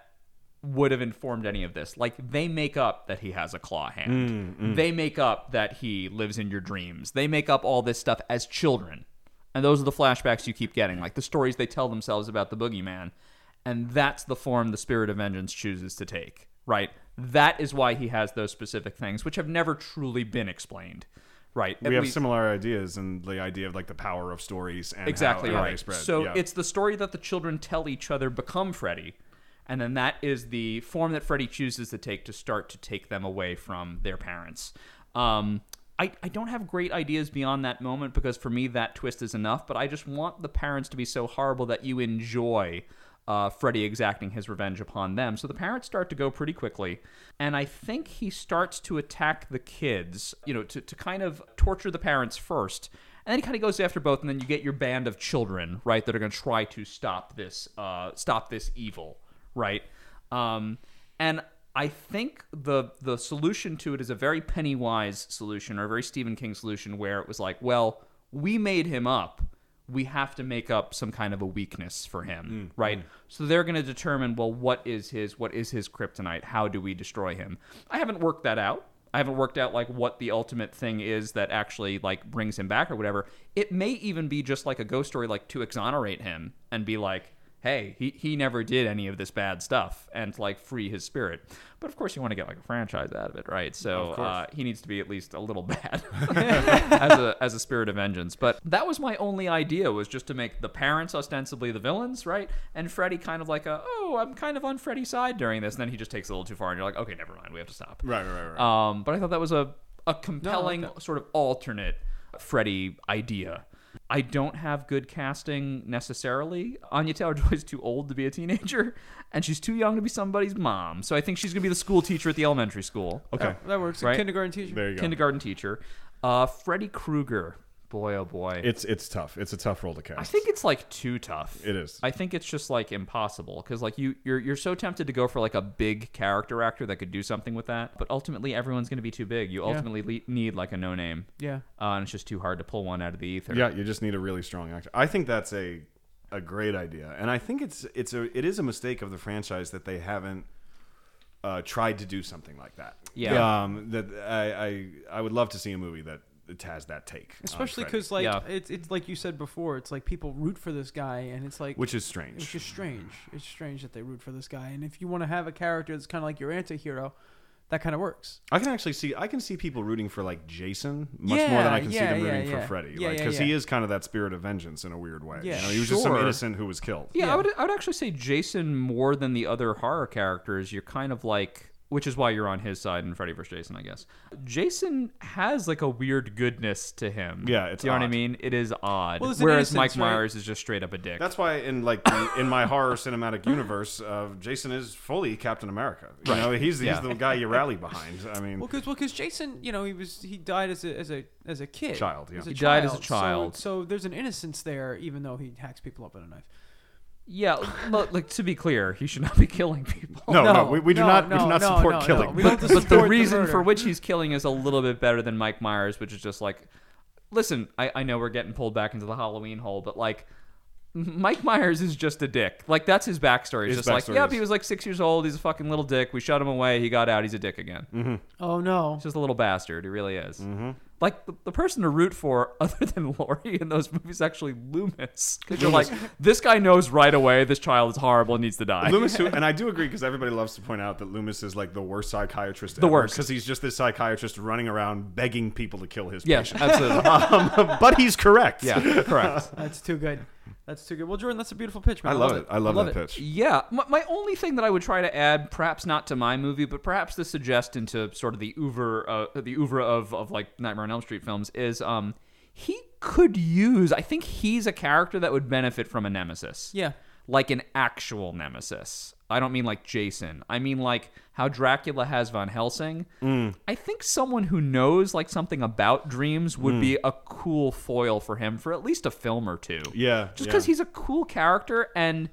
Speaker 2: would have informed any of this. Like they make up that he has a claw hand.
Speaker 3: Mm,
Speaker 2: They make up that he lives in your dreams. They make up all this stuff as children. And those are the flashbacks you keep getting, like the stories they tell themselves about the boogeyman. And that's the form the spirit of vengeance chooses to take, right? That is why he has those specific things, which have never truly been explained, right? At
Speaker 3: we have
Speaker 2: least-
Speaker 3: similar ideas and the idea of like the power of stories and
Speaker 2: exactly
Speaker 3: how, how they
Speaker 2: right.
Speaker 3: spread.
Speaker 2: So
Speaker 3: yeah.
Speaker 2: it's the story that the children tell each other become Freddy, and then that is the form that Freddy chooses to take to start to take them away from their parents. Um, I, I don't have great ideas beyond that moment because for me that twist is enough, but I just want the parents to be so horrible that you enjoy uh, Freddy exacting his revenge upon them. So the parents start to go pretty quickly. And I think he starts to attack the kids, you know, to, to kind of torture the parents first. And then he kind of goes after both, and then you get your band of children, right, that are going to try to stop this, uh, stop this evil, right? Um, and I think the the solution to it is a very Pennywise solution or a very Stephen King solution, where it was like, well, we made him up, we have to make up some kind of a weakness for him, right? So they're going to determine, well, what is his what is his kryptonite? How do we destroy him? I haven't worked that out. I haven't worked out like what the ultimate thing is that actually like brings him back or whatever. It may even be just like a ghost story, like to exonerate him and be like, hey, he, he never did any of this bad stuff and like free his spirit. But of course, you want to get like a franchise out of it, right? So uh, he needs to be at least a little (laughs) bad as a as a spirit of vengeance. But that was my only idea was just to make the parents ostensibly the villains, right? And Freddy kind of like a oh, I'm kind of on Freddy's side during this. And then he just takes it a little too far, and you're like, okay, never mind, we have to stop.
Speaker 3: right, right, right,
Speaker 2: Uh,
Speaker 3: right.
Speaker 2: Um, but I thought that was a, a compelling sort of alternate Freddy idea I don't have good casting necessarily. Anya Taylor Joy is too old to be a teenager, (laughs) and she's too young to be somebody's mom. So I think she's gonna be the school teacher at the elementary school,
Speaker 3: Okay,
Speaker 1: That works.
Speaker 2: Right?
Speaker 1: A kindergarten teacher.
Speaker 3: there you go.
Speaker 2: kindergarten teacher. Uh, Freddy Krueger, boy oh boy.
Speaker 3: It's it's tough. It's a tough role to cast.
Speaker 2: I think it's like too tough.
Speaker 3: It is.
Speaker 2: I think it's just like impossible because like you you're you're so tempted to go for like a big character actor that could do something with that, but ultimately everyone's going to be too big. You ultimately le- need like a no name,
Speaker 1: Yeah.
Speaker 2: uh, and it's just too hard to pull one out of the ether.
Speaker 3: Yeah, you just need a really strong actor. I think that's a a great idea, and I think it's it's a it is a mistake of the franchise that they haven't uh, tried to do something like that.
Speaker 2: Yeah.
Speaker 3: um, that I, I I would love to see a movie that it has that take, on
Speaker 1: Especially
Speaker 3: Freddy,
Speaker 1: because, like,
Speaker 2: Yeah.
Speaker 1: it's, it's like you said before, it's like people root for this guy, and it's like,
Speaker 3: which is
Speaker 1: it's
Speaker 3: strange.
Speaker 1: just strange. It's strange that they root for this guy. And if you want to have a character that's kind of like your anti hero, that kind of works.
Speaker 3: I can actually see I can see people rooting for like Jason much more than I
Speaker 1: Yeah,
Speaker 3: can
Speaker 1: yeah,
Speaker 3: see them
Speaker 1: yeah,
Speaker 3: rooting
Speaker 1: yeah.
Speaker 3: for Freddy,
Speaker 1: Yeah,
Speaker 3: like
Speaker 1: yeah,
Speaker 3: because he
Speaker 1: yeah.
Speaker 3: is kind of that spirit of vengeance in a weird way.
Speaker 1: Yeah.
Speaker 3: you know, he was just some
Speaker 2: Sure.
Speaker 3: innocent who was killed.
Speaker 2: Yeah,
Speaker 1: Yeah.
Speaker 2: I would I would actually say Jason more than the other horror characters. You're kind of like which is why you're on his side in Freddy vs. Jason, I guess. Jason has like a weird goodness to him.
Speaker 3: Yeah, it's
Speaker 2: you know what I
Speaker 3: odd.
Speaker 2: mean. It is odd.
Speaker 1: Well, it's an
Speaker 2: Whereas Mike
Speaker 1: innocence, right?
Speaker 2: Myers is just straight up a dick.
Speaker 3: That's why in like the,
Speaker 2: (laughs)
Speaker 3: in my horror cinematic universe, uh, Jason is fully Captain America. You know, he's, he's
Speaker 2: Yeah.
Speaker 3: the guy you rally behind. I mean,
Speaker 1: Well, because Jason, you know, he was he died as a as a as a kid.
Speaker 3: Child, yeah.
Speaker 1: As
Speaker 2: He died as a
Speaker 1: So-
Speaker 2: child.
Speaker 1: So, there's an innocence there, even though he hacks people up with a knife.
Speaker 2: Yeah, look, like to be clear, he should not be (laughs) killing people.
Speaker 3: no, no, we, we do
Speaker 1: no,
Speaker 3: not we do
Speaker 1: no,
Speaker 3: not
Speaker 1: no,
Speaker 3: support
Speaker 1: no, no.
Speaker 3: killing.
Speaker 1: We
Speaker 2: But,
Speaker 1: don't
Speaker 2: but
Speaker 1: support
Speaker 2: the
Speaker 1: the
Speaker 2: reason for
Speaker 1: murder.
Speaker 2: which he's killing is a little bit better than Mike Myers, which is just like, listen, I, I know we're getting pulled back into the Halloween hole, but like, M- Mike Myers is just a dick. Like that's his backstory. It's
Speaker 3: His
Speaker 2: just like,
Speaker 3: backstory
Speaker 2: yep,
Speaker 3: is-
Speaker 2: he was like six years old. He's a fucking little dick. We shut him away. He got out. He's a dick again.
Speaker 3: Mm-hmm.
Speaker 1: Oh no.
Speaker 2: He's just a little bastard. He really is. Like the, the person to root for, (laughs) other than Laurie in those movies, is actually Loomis. Because you're like, this guy knows right away this child is horrible and needs to
Speaker 3: (laughs)
Speaker 2: die.
Speaker 1: (laughs)
Speaker 3: (laughs) Loomis, who, and I do agree because everybody loves to point out that Loomis is like the worst psychiatrist.
Speaker 2: The worst.
Speaker 3: because he's just this psychiatrist running around begging people to kill his
Speaker 2: yes,
Speaker 3: patient.
Speaker 2: absolutely.
Speaker 3: (laughs) Um, but he's correct.
Speaker 2: Yeah, correct.
Speaker 1: That's too good. That's too good. Well, Jordan, that's a beautiful pitch,
Speaker 3: (laughs) I
Speaker 1: man.
Speaker 3: love it. I love, that
Speaker 1: it.
Speaker 3: pitch.
Speaker 2: Yeah, my, my only thing that I would try to add, perhaps not to my movie, but perhaps to suggest into sort of the oeuvre, uh, the oeuvre of, of like Nightmare on Elm Street films is, um, he could use. I think he's a character that would benefit from a nemesis.
Speaker 1: Yeah.
Speaker 2: like an actual nemesis. I don't mean like Jason. I mean like how Dracula has Von Helsing. I think someone who knows like something about dreams would be a cool foil for him for at least a film or two
Speaker 3: Yeah,
Speaker 2: just
Speaker 3: yeah.
Speaker 2: because he's a cool character and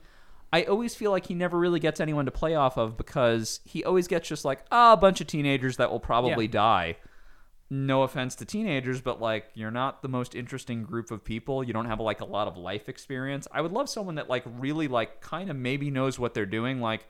Speaker 2: i always feel like he never really gets anyone to play off of because he always gets just like ah, a bunch of teenagers that will probably
Speaker 1: Yeah.
Speaker 2: die no offense to teenagers but like you're not the most interesting group of people you don't have like a lot of life experience i would love someone that like really like kind of maybe knows what they're doing like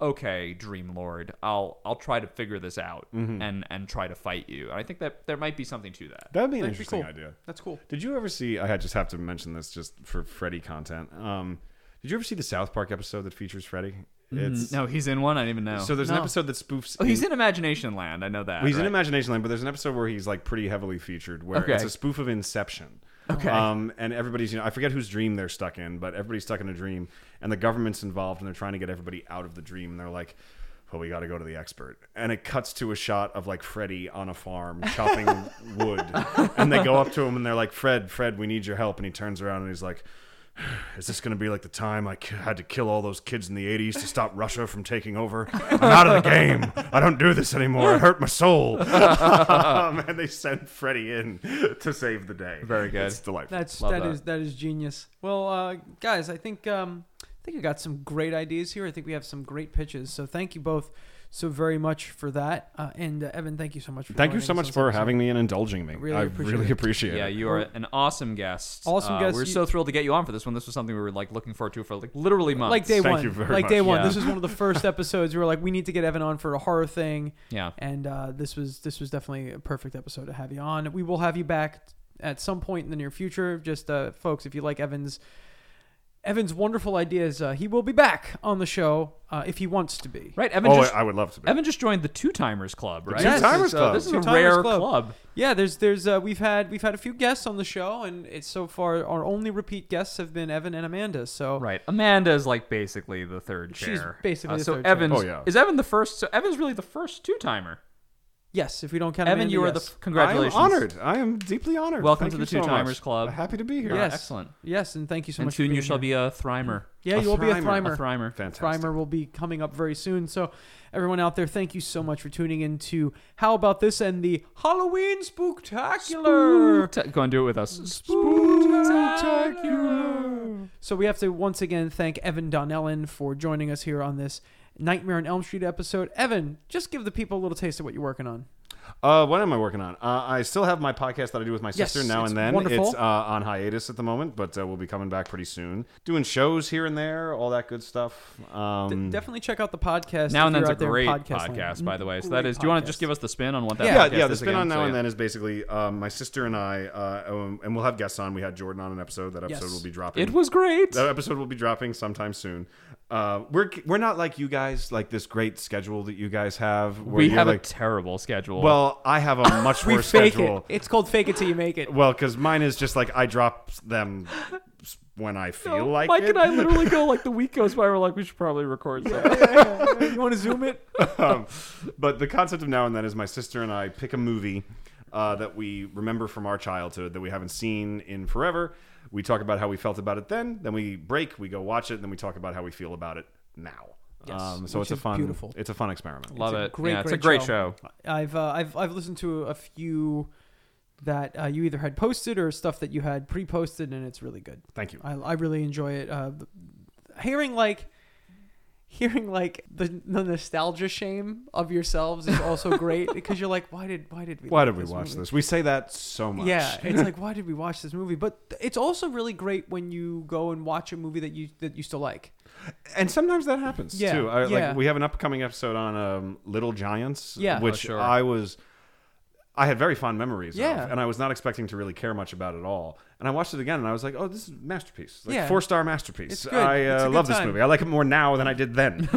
Speaker 2: okay dream lord i'll i'll try to figure this out
Speaker 3: Mm-hmm.
Speaker 2: and and try to fight you and i think that there might be something to that
Speaker 3: That'd be an
Speaker 1: That'd be
Speaker 3: interesting
Speaker 1: cool.
Speaker 3: idea.
Speaker 1: That's cool.
Speaker 3: Did you ever see? I had- just have to mention this just for Freddy content. Um, did you ever see the South Park episode that features Freddy? It's
Speaker 2: no he's in one i don't even know
Speaker 3: so there's an
Speaker 1: No.
Speaker 3: episode that spoofs.
Speaker 2: Oh, he's
Speaker 3: Eng-
Speaker 2: in Imagination Land. I know that.
Speaker 3: he's in
Speaker 2: right?
Speaker 3: Imagination Land, but there's an episode where he's like pretty heavily featured, where
Speaker 2: Okay.
Speaker 3: it's a spoof of Inception.
Speaker 2: Okay.
Speaker 3: Um, and everybody's you know I forget whose dream they're stuck in, but everybody's stuck in a dream, and the government's involved, and they're trying to get everybody out of the dream, and they're like. Well, we got to go to the expert, and it cuts to a shot of like Freddy on a farm
Speaker 2: (laughs)
Speaker 3: chopping wood, and they go up to him and they're like, "Fred, Fred, we need your help." And he turns around and he's like, is this going to be like the time I k- had to kill all those kids in the 80s to stop Russia from taking over? I'm out of the game. I don't do this anymore. It hurt my soul. (laughs) um, and they sent Freddy in to save the day.
Speaker 2: Very good.
Speaker 3: It's delightful.
Speaker 1: That's
Speaker 2: Love
Speaker 1: that
Speaker 2: that.
Speaker 1: is that is genius. Well, uh, guys, I think um, I think I got some great ideas here. I think we have some great pitches. So thank you both so very much for that. Uh, and uh, Evan, thank you so much. for
Speaker 3: Thank you
Speaker 1: joining
Speaker 3: so
Speaker 1: us
Speaker 3: much
Speaker 1: on
Speaker 3: for
Speaker 1: this
Speaker 3: having me and indulging me.
Speaker 1: Really
Speaker 3: I
Speaker 1: appreciate
Speaker 3: really
Speaker 1: it.
Speaker 3: appreciate
Speaker 2: Yeah,
Speaker 3: it.
Speaker 2: you are an awesome guest.
Speaker 1: Awesome
Speaker 2: Uh,
Speaker 1: guest.
Speaker 2: We're
Speaker 1: You-
Speaker 2: so thrilled to get you on for this one. This was something we were like looking forward to for like literally months.
Speaker 1: Like day
Speaker 3: Thank
Speaker 1: one,
Speaker 3: you very
Speaker 1: like
Speaker 3: much.
Speaker 1: day one.
Speaker 2: Yeah.
Speaker 1: This was one of
Speaker 2: (laughs)
Speaker 1: the first episodes. We were like, we need to get Evan on for a horror thing,
Speaker 2: yeah.
Speaker 1: and uh, this was this was definitely a perfect episode to have you on. We will have you back at some point in the near future. Just uh, folks, if you like Evan's Evan's wonderful ideas, uh, he will be back on the show uh, if he wants to be.
Speaker 2: Right, Evan.
Speaker 3: Oh,
Speaker 2: just,
Speaker 3: I I would love to be.
Speaker 2: Evan just joined the Two Timers Club, right?
Speaker 3: Two-Timers
Speaker 2: This is, uh,
Speaker 3: Club.
Speaker 2: This is a
Speaker 1: Two-Timers
Speaker 2: rare
Speaker 1: Club.
Speaker 2: club.
Speaker 1: Yeah, there's there's uh, we've had we've had a few guests on the show, and it's so far our only repeat guests have been Evan and Amanda. So
Speaker 2: Right. Amanda is like basically the third
Speaker 1: She's
Speaker 2: chair.
Speaker 1: basically
Speaker 2: Uh,
Speaker 1: the
Speaker 2: so
Speaker 1: third chair.
Speaker 2: Evan's
Speaker 3: Oh, yeah.
Speaker 2: is Evan the first. So Evan's really the first Two Timer.
Speaker 5: Yes, if we don't count
Speaker 2: Evan,
Speaker 5: Amanda,
Speaker 2: you are the
Speaker 5: yes.
Speaker 2: congratulations.
Speaker 3: I am honored. I am deeply honored.
Speaker 2: Welcome
Speaker 3: Thank
Speaker 2: to
Speaker 3: you
Speaker 2: the Two
Speaker 3: so
Speaker 2: Timers
Speaker 3: much.
Speaker 2: Club.
Speaker 3: Happy to be here.
Speaker 5: Yes.
Speaker 2: Excellent.
Speaker 5: yes, and thank you so
Speaker 2: and
Speaker 5: much.
Speaker 2: soon
Speaker 5: for
Speaker 2: you
Speaker 5: being
Speaker 2: shall
Speaker 5: here.
Speaker 2: be a Thrimer.
Speaker 5: Yeah,
Speaker 3: a
Speaker 5: you will be a
Speaker 3: Thrimer.
Speaker 5: Thrimer.
Speaker 2: A Thrimer.
Speaker 3: Fantastic.
Speaker 5: Primer will be coming up very soon. So, everyone out there, thank you so much for tuning in to How About This and the Halloween Spooktacular.
Speaker 2: Spookta- Go and do it with us.
Speaker 5: Spooktacular. So, we have to once again thank Evan Donnellan for joining us here on this Nightmare on Elm Street episode. Evan, just give the people a little taste of what you're working on.
Speaker 3: Uh, what am I working on? Uh, I still have my podcast that I do with my
Speaker 5: Yes,
Speaker 3: sister now
Speaker 5: it's
Speaker 3: and then.
Speaker 5: wonderful.
Speaker 3: It's uh, on hiatus at the moment, but uh, we'll be coming back pretty soon. Doing shows here and there, all that good stuff.
Speaker 5: D-
Speaker 3: Um,
Speaker 5: definitely check out the podcast. if
Speaker 2: Now
Speaker 5: you're
Speaker 2: and then's a
Speaker 5: out there in
Speaker 2: great
Speaker 5: podcast,
Speaker 2: podcast,
Speaker 5: land.
Speaker 2: by the way. So
Speaker 5: Great
Speaker 2: that is. Do you want
Speaker 5: podcast.
Speaker 2: to just give us the spin on what that?
Speaker 3: yeah,
Speaker 2: podcast
Speaker 3: yeah. The
Speaker 2: is
Speaker 3: spin
Speaker 2: again?
Speaker 3: on now
Speaker 2: So,
Speaker 3: and
Speaker 2: yeah.
Speaker 3: then is basically um, my sister and I, uh, um, and we'll have guests on. We had Jordan on an episode. That episode
Speaker 5: Yes.
Speaker 3: will be dropping.
Speaker 2: It was great.
Speaker 3: That episode will be dropping sometime soon. Uh, we're we're not like you guys, like this great schedule that you guys have. where
Speaker 2: we
Speaker 3: you're
Speaker 2: have a
Speaker 3: like-
Speaker 2: terrible schedule.
Speaker 3: well, I have a
Speaker 2: (laughs)
Speaker 3: much
Speaker 5: We
Speaker 3: worse
Speaker 5: fake
Speaker 3: schedule.
Speaker 5: it. It's called Fake It Till You Make It.
Speaker 3: Well, because mine is just like I drop them s- when I feel like
Speaker 2: Mike
Speaker 3: it.
Speaker 2: and I literally go like the week goes by. We're like, we should probably record
Speaker 5: (laughs)
Speaker 2: something.
Speaker 5: you want to zoom it?
Speaker 3: um, but the concept of now and then is my sister and I pick a movie uh, that we remember from our childhood that we haven't seen in forever. We talk about how we felt about it then. Then we break. We go watch it. Then we talk about how we feel about it now.
Speaker 5: Yes,
Speaker 3: um, so
Speaker 5: which
Speaker 3: it's a
Speaker 5: is
Speaker 3: fun,
Speaker 5: beautiful.
Speaker 3: it's a fun
Speaker 2: (laughs)
Speaker 3: experiment.
Speaker 2: Love
Speaker 5: a
Speaker 2: it.
Speaker 5: great,
Speaker 2: yeah, it's a
Speaker 5: great
Speaker 2: great
Speaker 5: show.
Speaker 2: show.
Speaker 5: I've uh, I've I've listened to a few that uh, you either had posted or stuff that you had pre-posted, and it's really good.
Speaker 3: Thank you.
Speaker 5: I, I really enjoy it. Uh, hearing like hearing like the, the nostalgia shame of yourselves is also great because you're like, why did why did we
Speaker 3: Why
Speaker 5: like
Speaker 3: did we watch
Speaker 5: movie?
Speaker 3: this? We say that so much.
Speaker 5: Yeah, it's
Speaker 3: (laughs)
Speaker 5: like why did we watch this movie? But th- it's also really great when you go and watch a movie that you that you still
Speaker 3: (laughs)
Speaker 5: like.
Speaker 3: and sometimes that happens
Speaker 5: Yeah,
Speaker 3: too. I,
Speaker 5: yeah.
Speaker 3: Like we have an upcoming episode on um, Little Giants,
Speaker 5: Yeah.
Speaker 3: which
Speaker 2: Oh, sure.
Speaker 3: I was, I had very fond memories
Speaker 5: Yeah.
Speaker 3: of, and I was not expecting to really care much about at all. And I watched it again, and I was like, "Oh, this is a masterpiece! Like
Speaker 5: Yeah.
Speaker 3: four star masterpiece!
Speaker 5: It's good.
Speaker 3: I
Speaker 5: It's a
Speaker 3: uh,
Speaker 5: good
Speaker 3: love this
Speaker 5: time.
Speaker 3: movie. I like it more now than I
Speaker 5: (laughs)
Speaker 3: did then."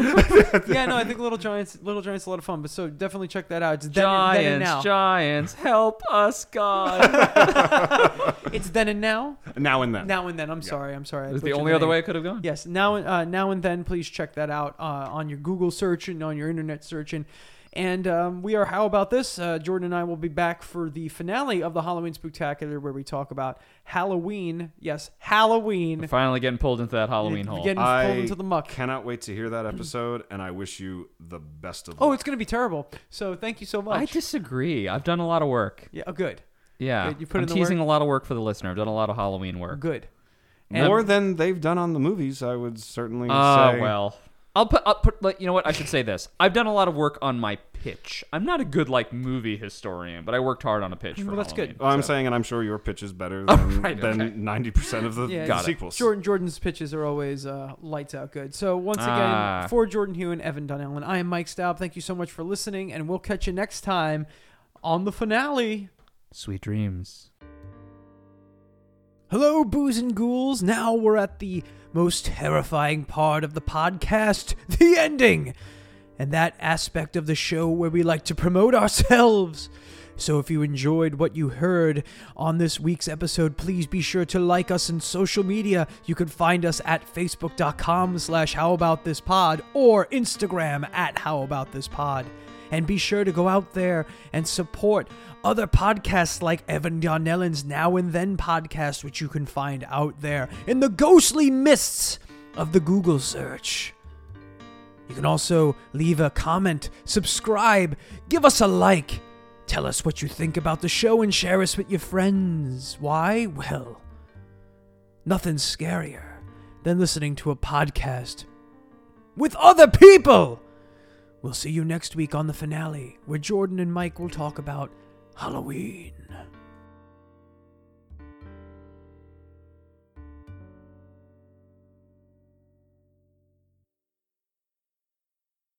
Speaker 5: yeah, no, I think Little Giants Little Giants is a lot of fun, but so definitely check that out. It's then, and, then and now.
Speaker 2: Giants, Giants, help
Speaker 5: (laughs)
Speaker 2: us, God.
Speaker 5: It's then and now.
Speaker 3: now and then,
Speaker 5: Now and then. I'm sorry. I'm sorry. I
Speaker 2: That's the
Speaker 5: butchered
Speaker 2: only other
Speaker 5: name.
Speaker 2: way it could have gone.
Speaker 5: Yes. Now and uh, now and then. Please check that out uh, on your Google search and on your internet search and. And um, we are how about this? Uh, Jordan and I will be back for the finale of the Halloween Spectacular, where we talk about Halloween. Yes, Halloween.
Speaker 2: We're finally getting pulled into that Halloween hole.
Speaker 5: Getting
Speaker 3: I
Speaker 5: pulled into the muck.
Speaker 3: cannot wait to hear that episode, and I wish you the best of.
Speaker 5: Oh,
Speaker 3: luck.
Speaker 5: it's going to be terrible. So thank you so much.
Speaker 2: I disagree. I've done a lot of work.
Speaker 5: yeah, oh, good,
Speaker 2: Yeah,
Speaker 5: Good, you put
Speaker 2: I'm
Speaker 5: in the
Speaker 2: teasing a lot of work for the listener. I've done a lot of Halloween work.
Speaker 5: good.
Speaker 3: more than they've done on the movies. I would certainly
Speaker 2: Ah,
Speaker 3: say.
Speaker 2: well. I'll put, I'll put like, you know what? I should say this. I've done a lot of work on my pitch. I'm not a good, like, movie historian, but I worked hard on a pitch for
Speaker 5: Well, that's
Speaker 2: Halloween,
Speaker 5: good.
Speaker 3: Well, I'm saying, and I'm sure your pitch
Speaker 5: (laughs)
Speaker 3: is better than
Speaker 2: right, okay.
Speaker 3: than ninety percent of the
Speaker 5: Oh, Yeah,
Speaker 3: the
Speaker 5: Got it.
Speaker 3: sequels.
Speaker 5: Jordan Jordan's pitches are always uh, lights out good. So once again,
Speaker 2: Ah.
Speaker 5: for Jordan Hugh and Evan Dunellen, I am Mike Staub. Thank you so much for listening, and we'll catch you next time on the finale.
Speaker 2: Sweet dreams.
Speaker 1: Hello, booze and ghouls. Now we're at the most terrifying part of the podcast the ending. And that aspect of the show where we like to promote (laughs) ourselves. So if you enjoyed what you heard on this week's episode, please be sure to like us on social media. You can find us at facebook.com slash howaboutthispod or Instagram at howaboutthispod. And be sure to go out there and support other podcasts like Evan Donnellan's Now and Then podcast, which you can find out there in the ghostly mists of the Google search. You can also leave a comment, subscribe, give us a like, tell us what you think about the show, and share us with your friends. Why? Well, nothing's scarier than listening to a podcast with other people. We'll see you next week on the finale, where Jordan and Mike will talk about Halloween.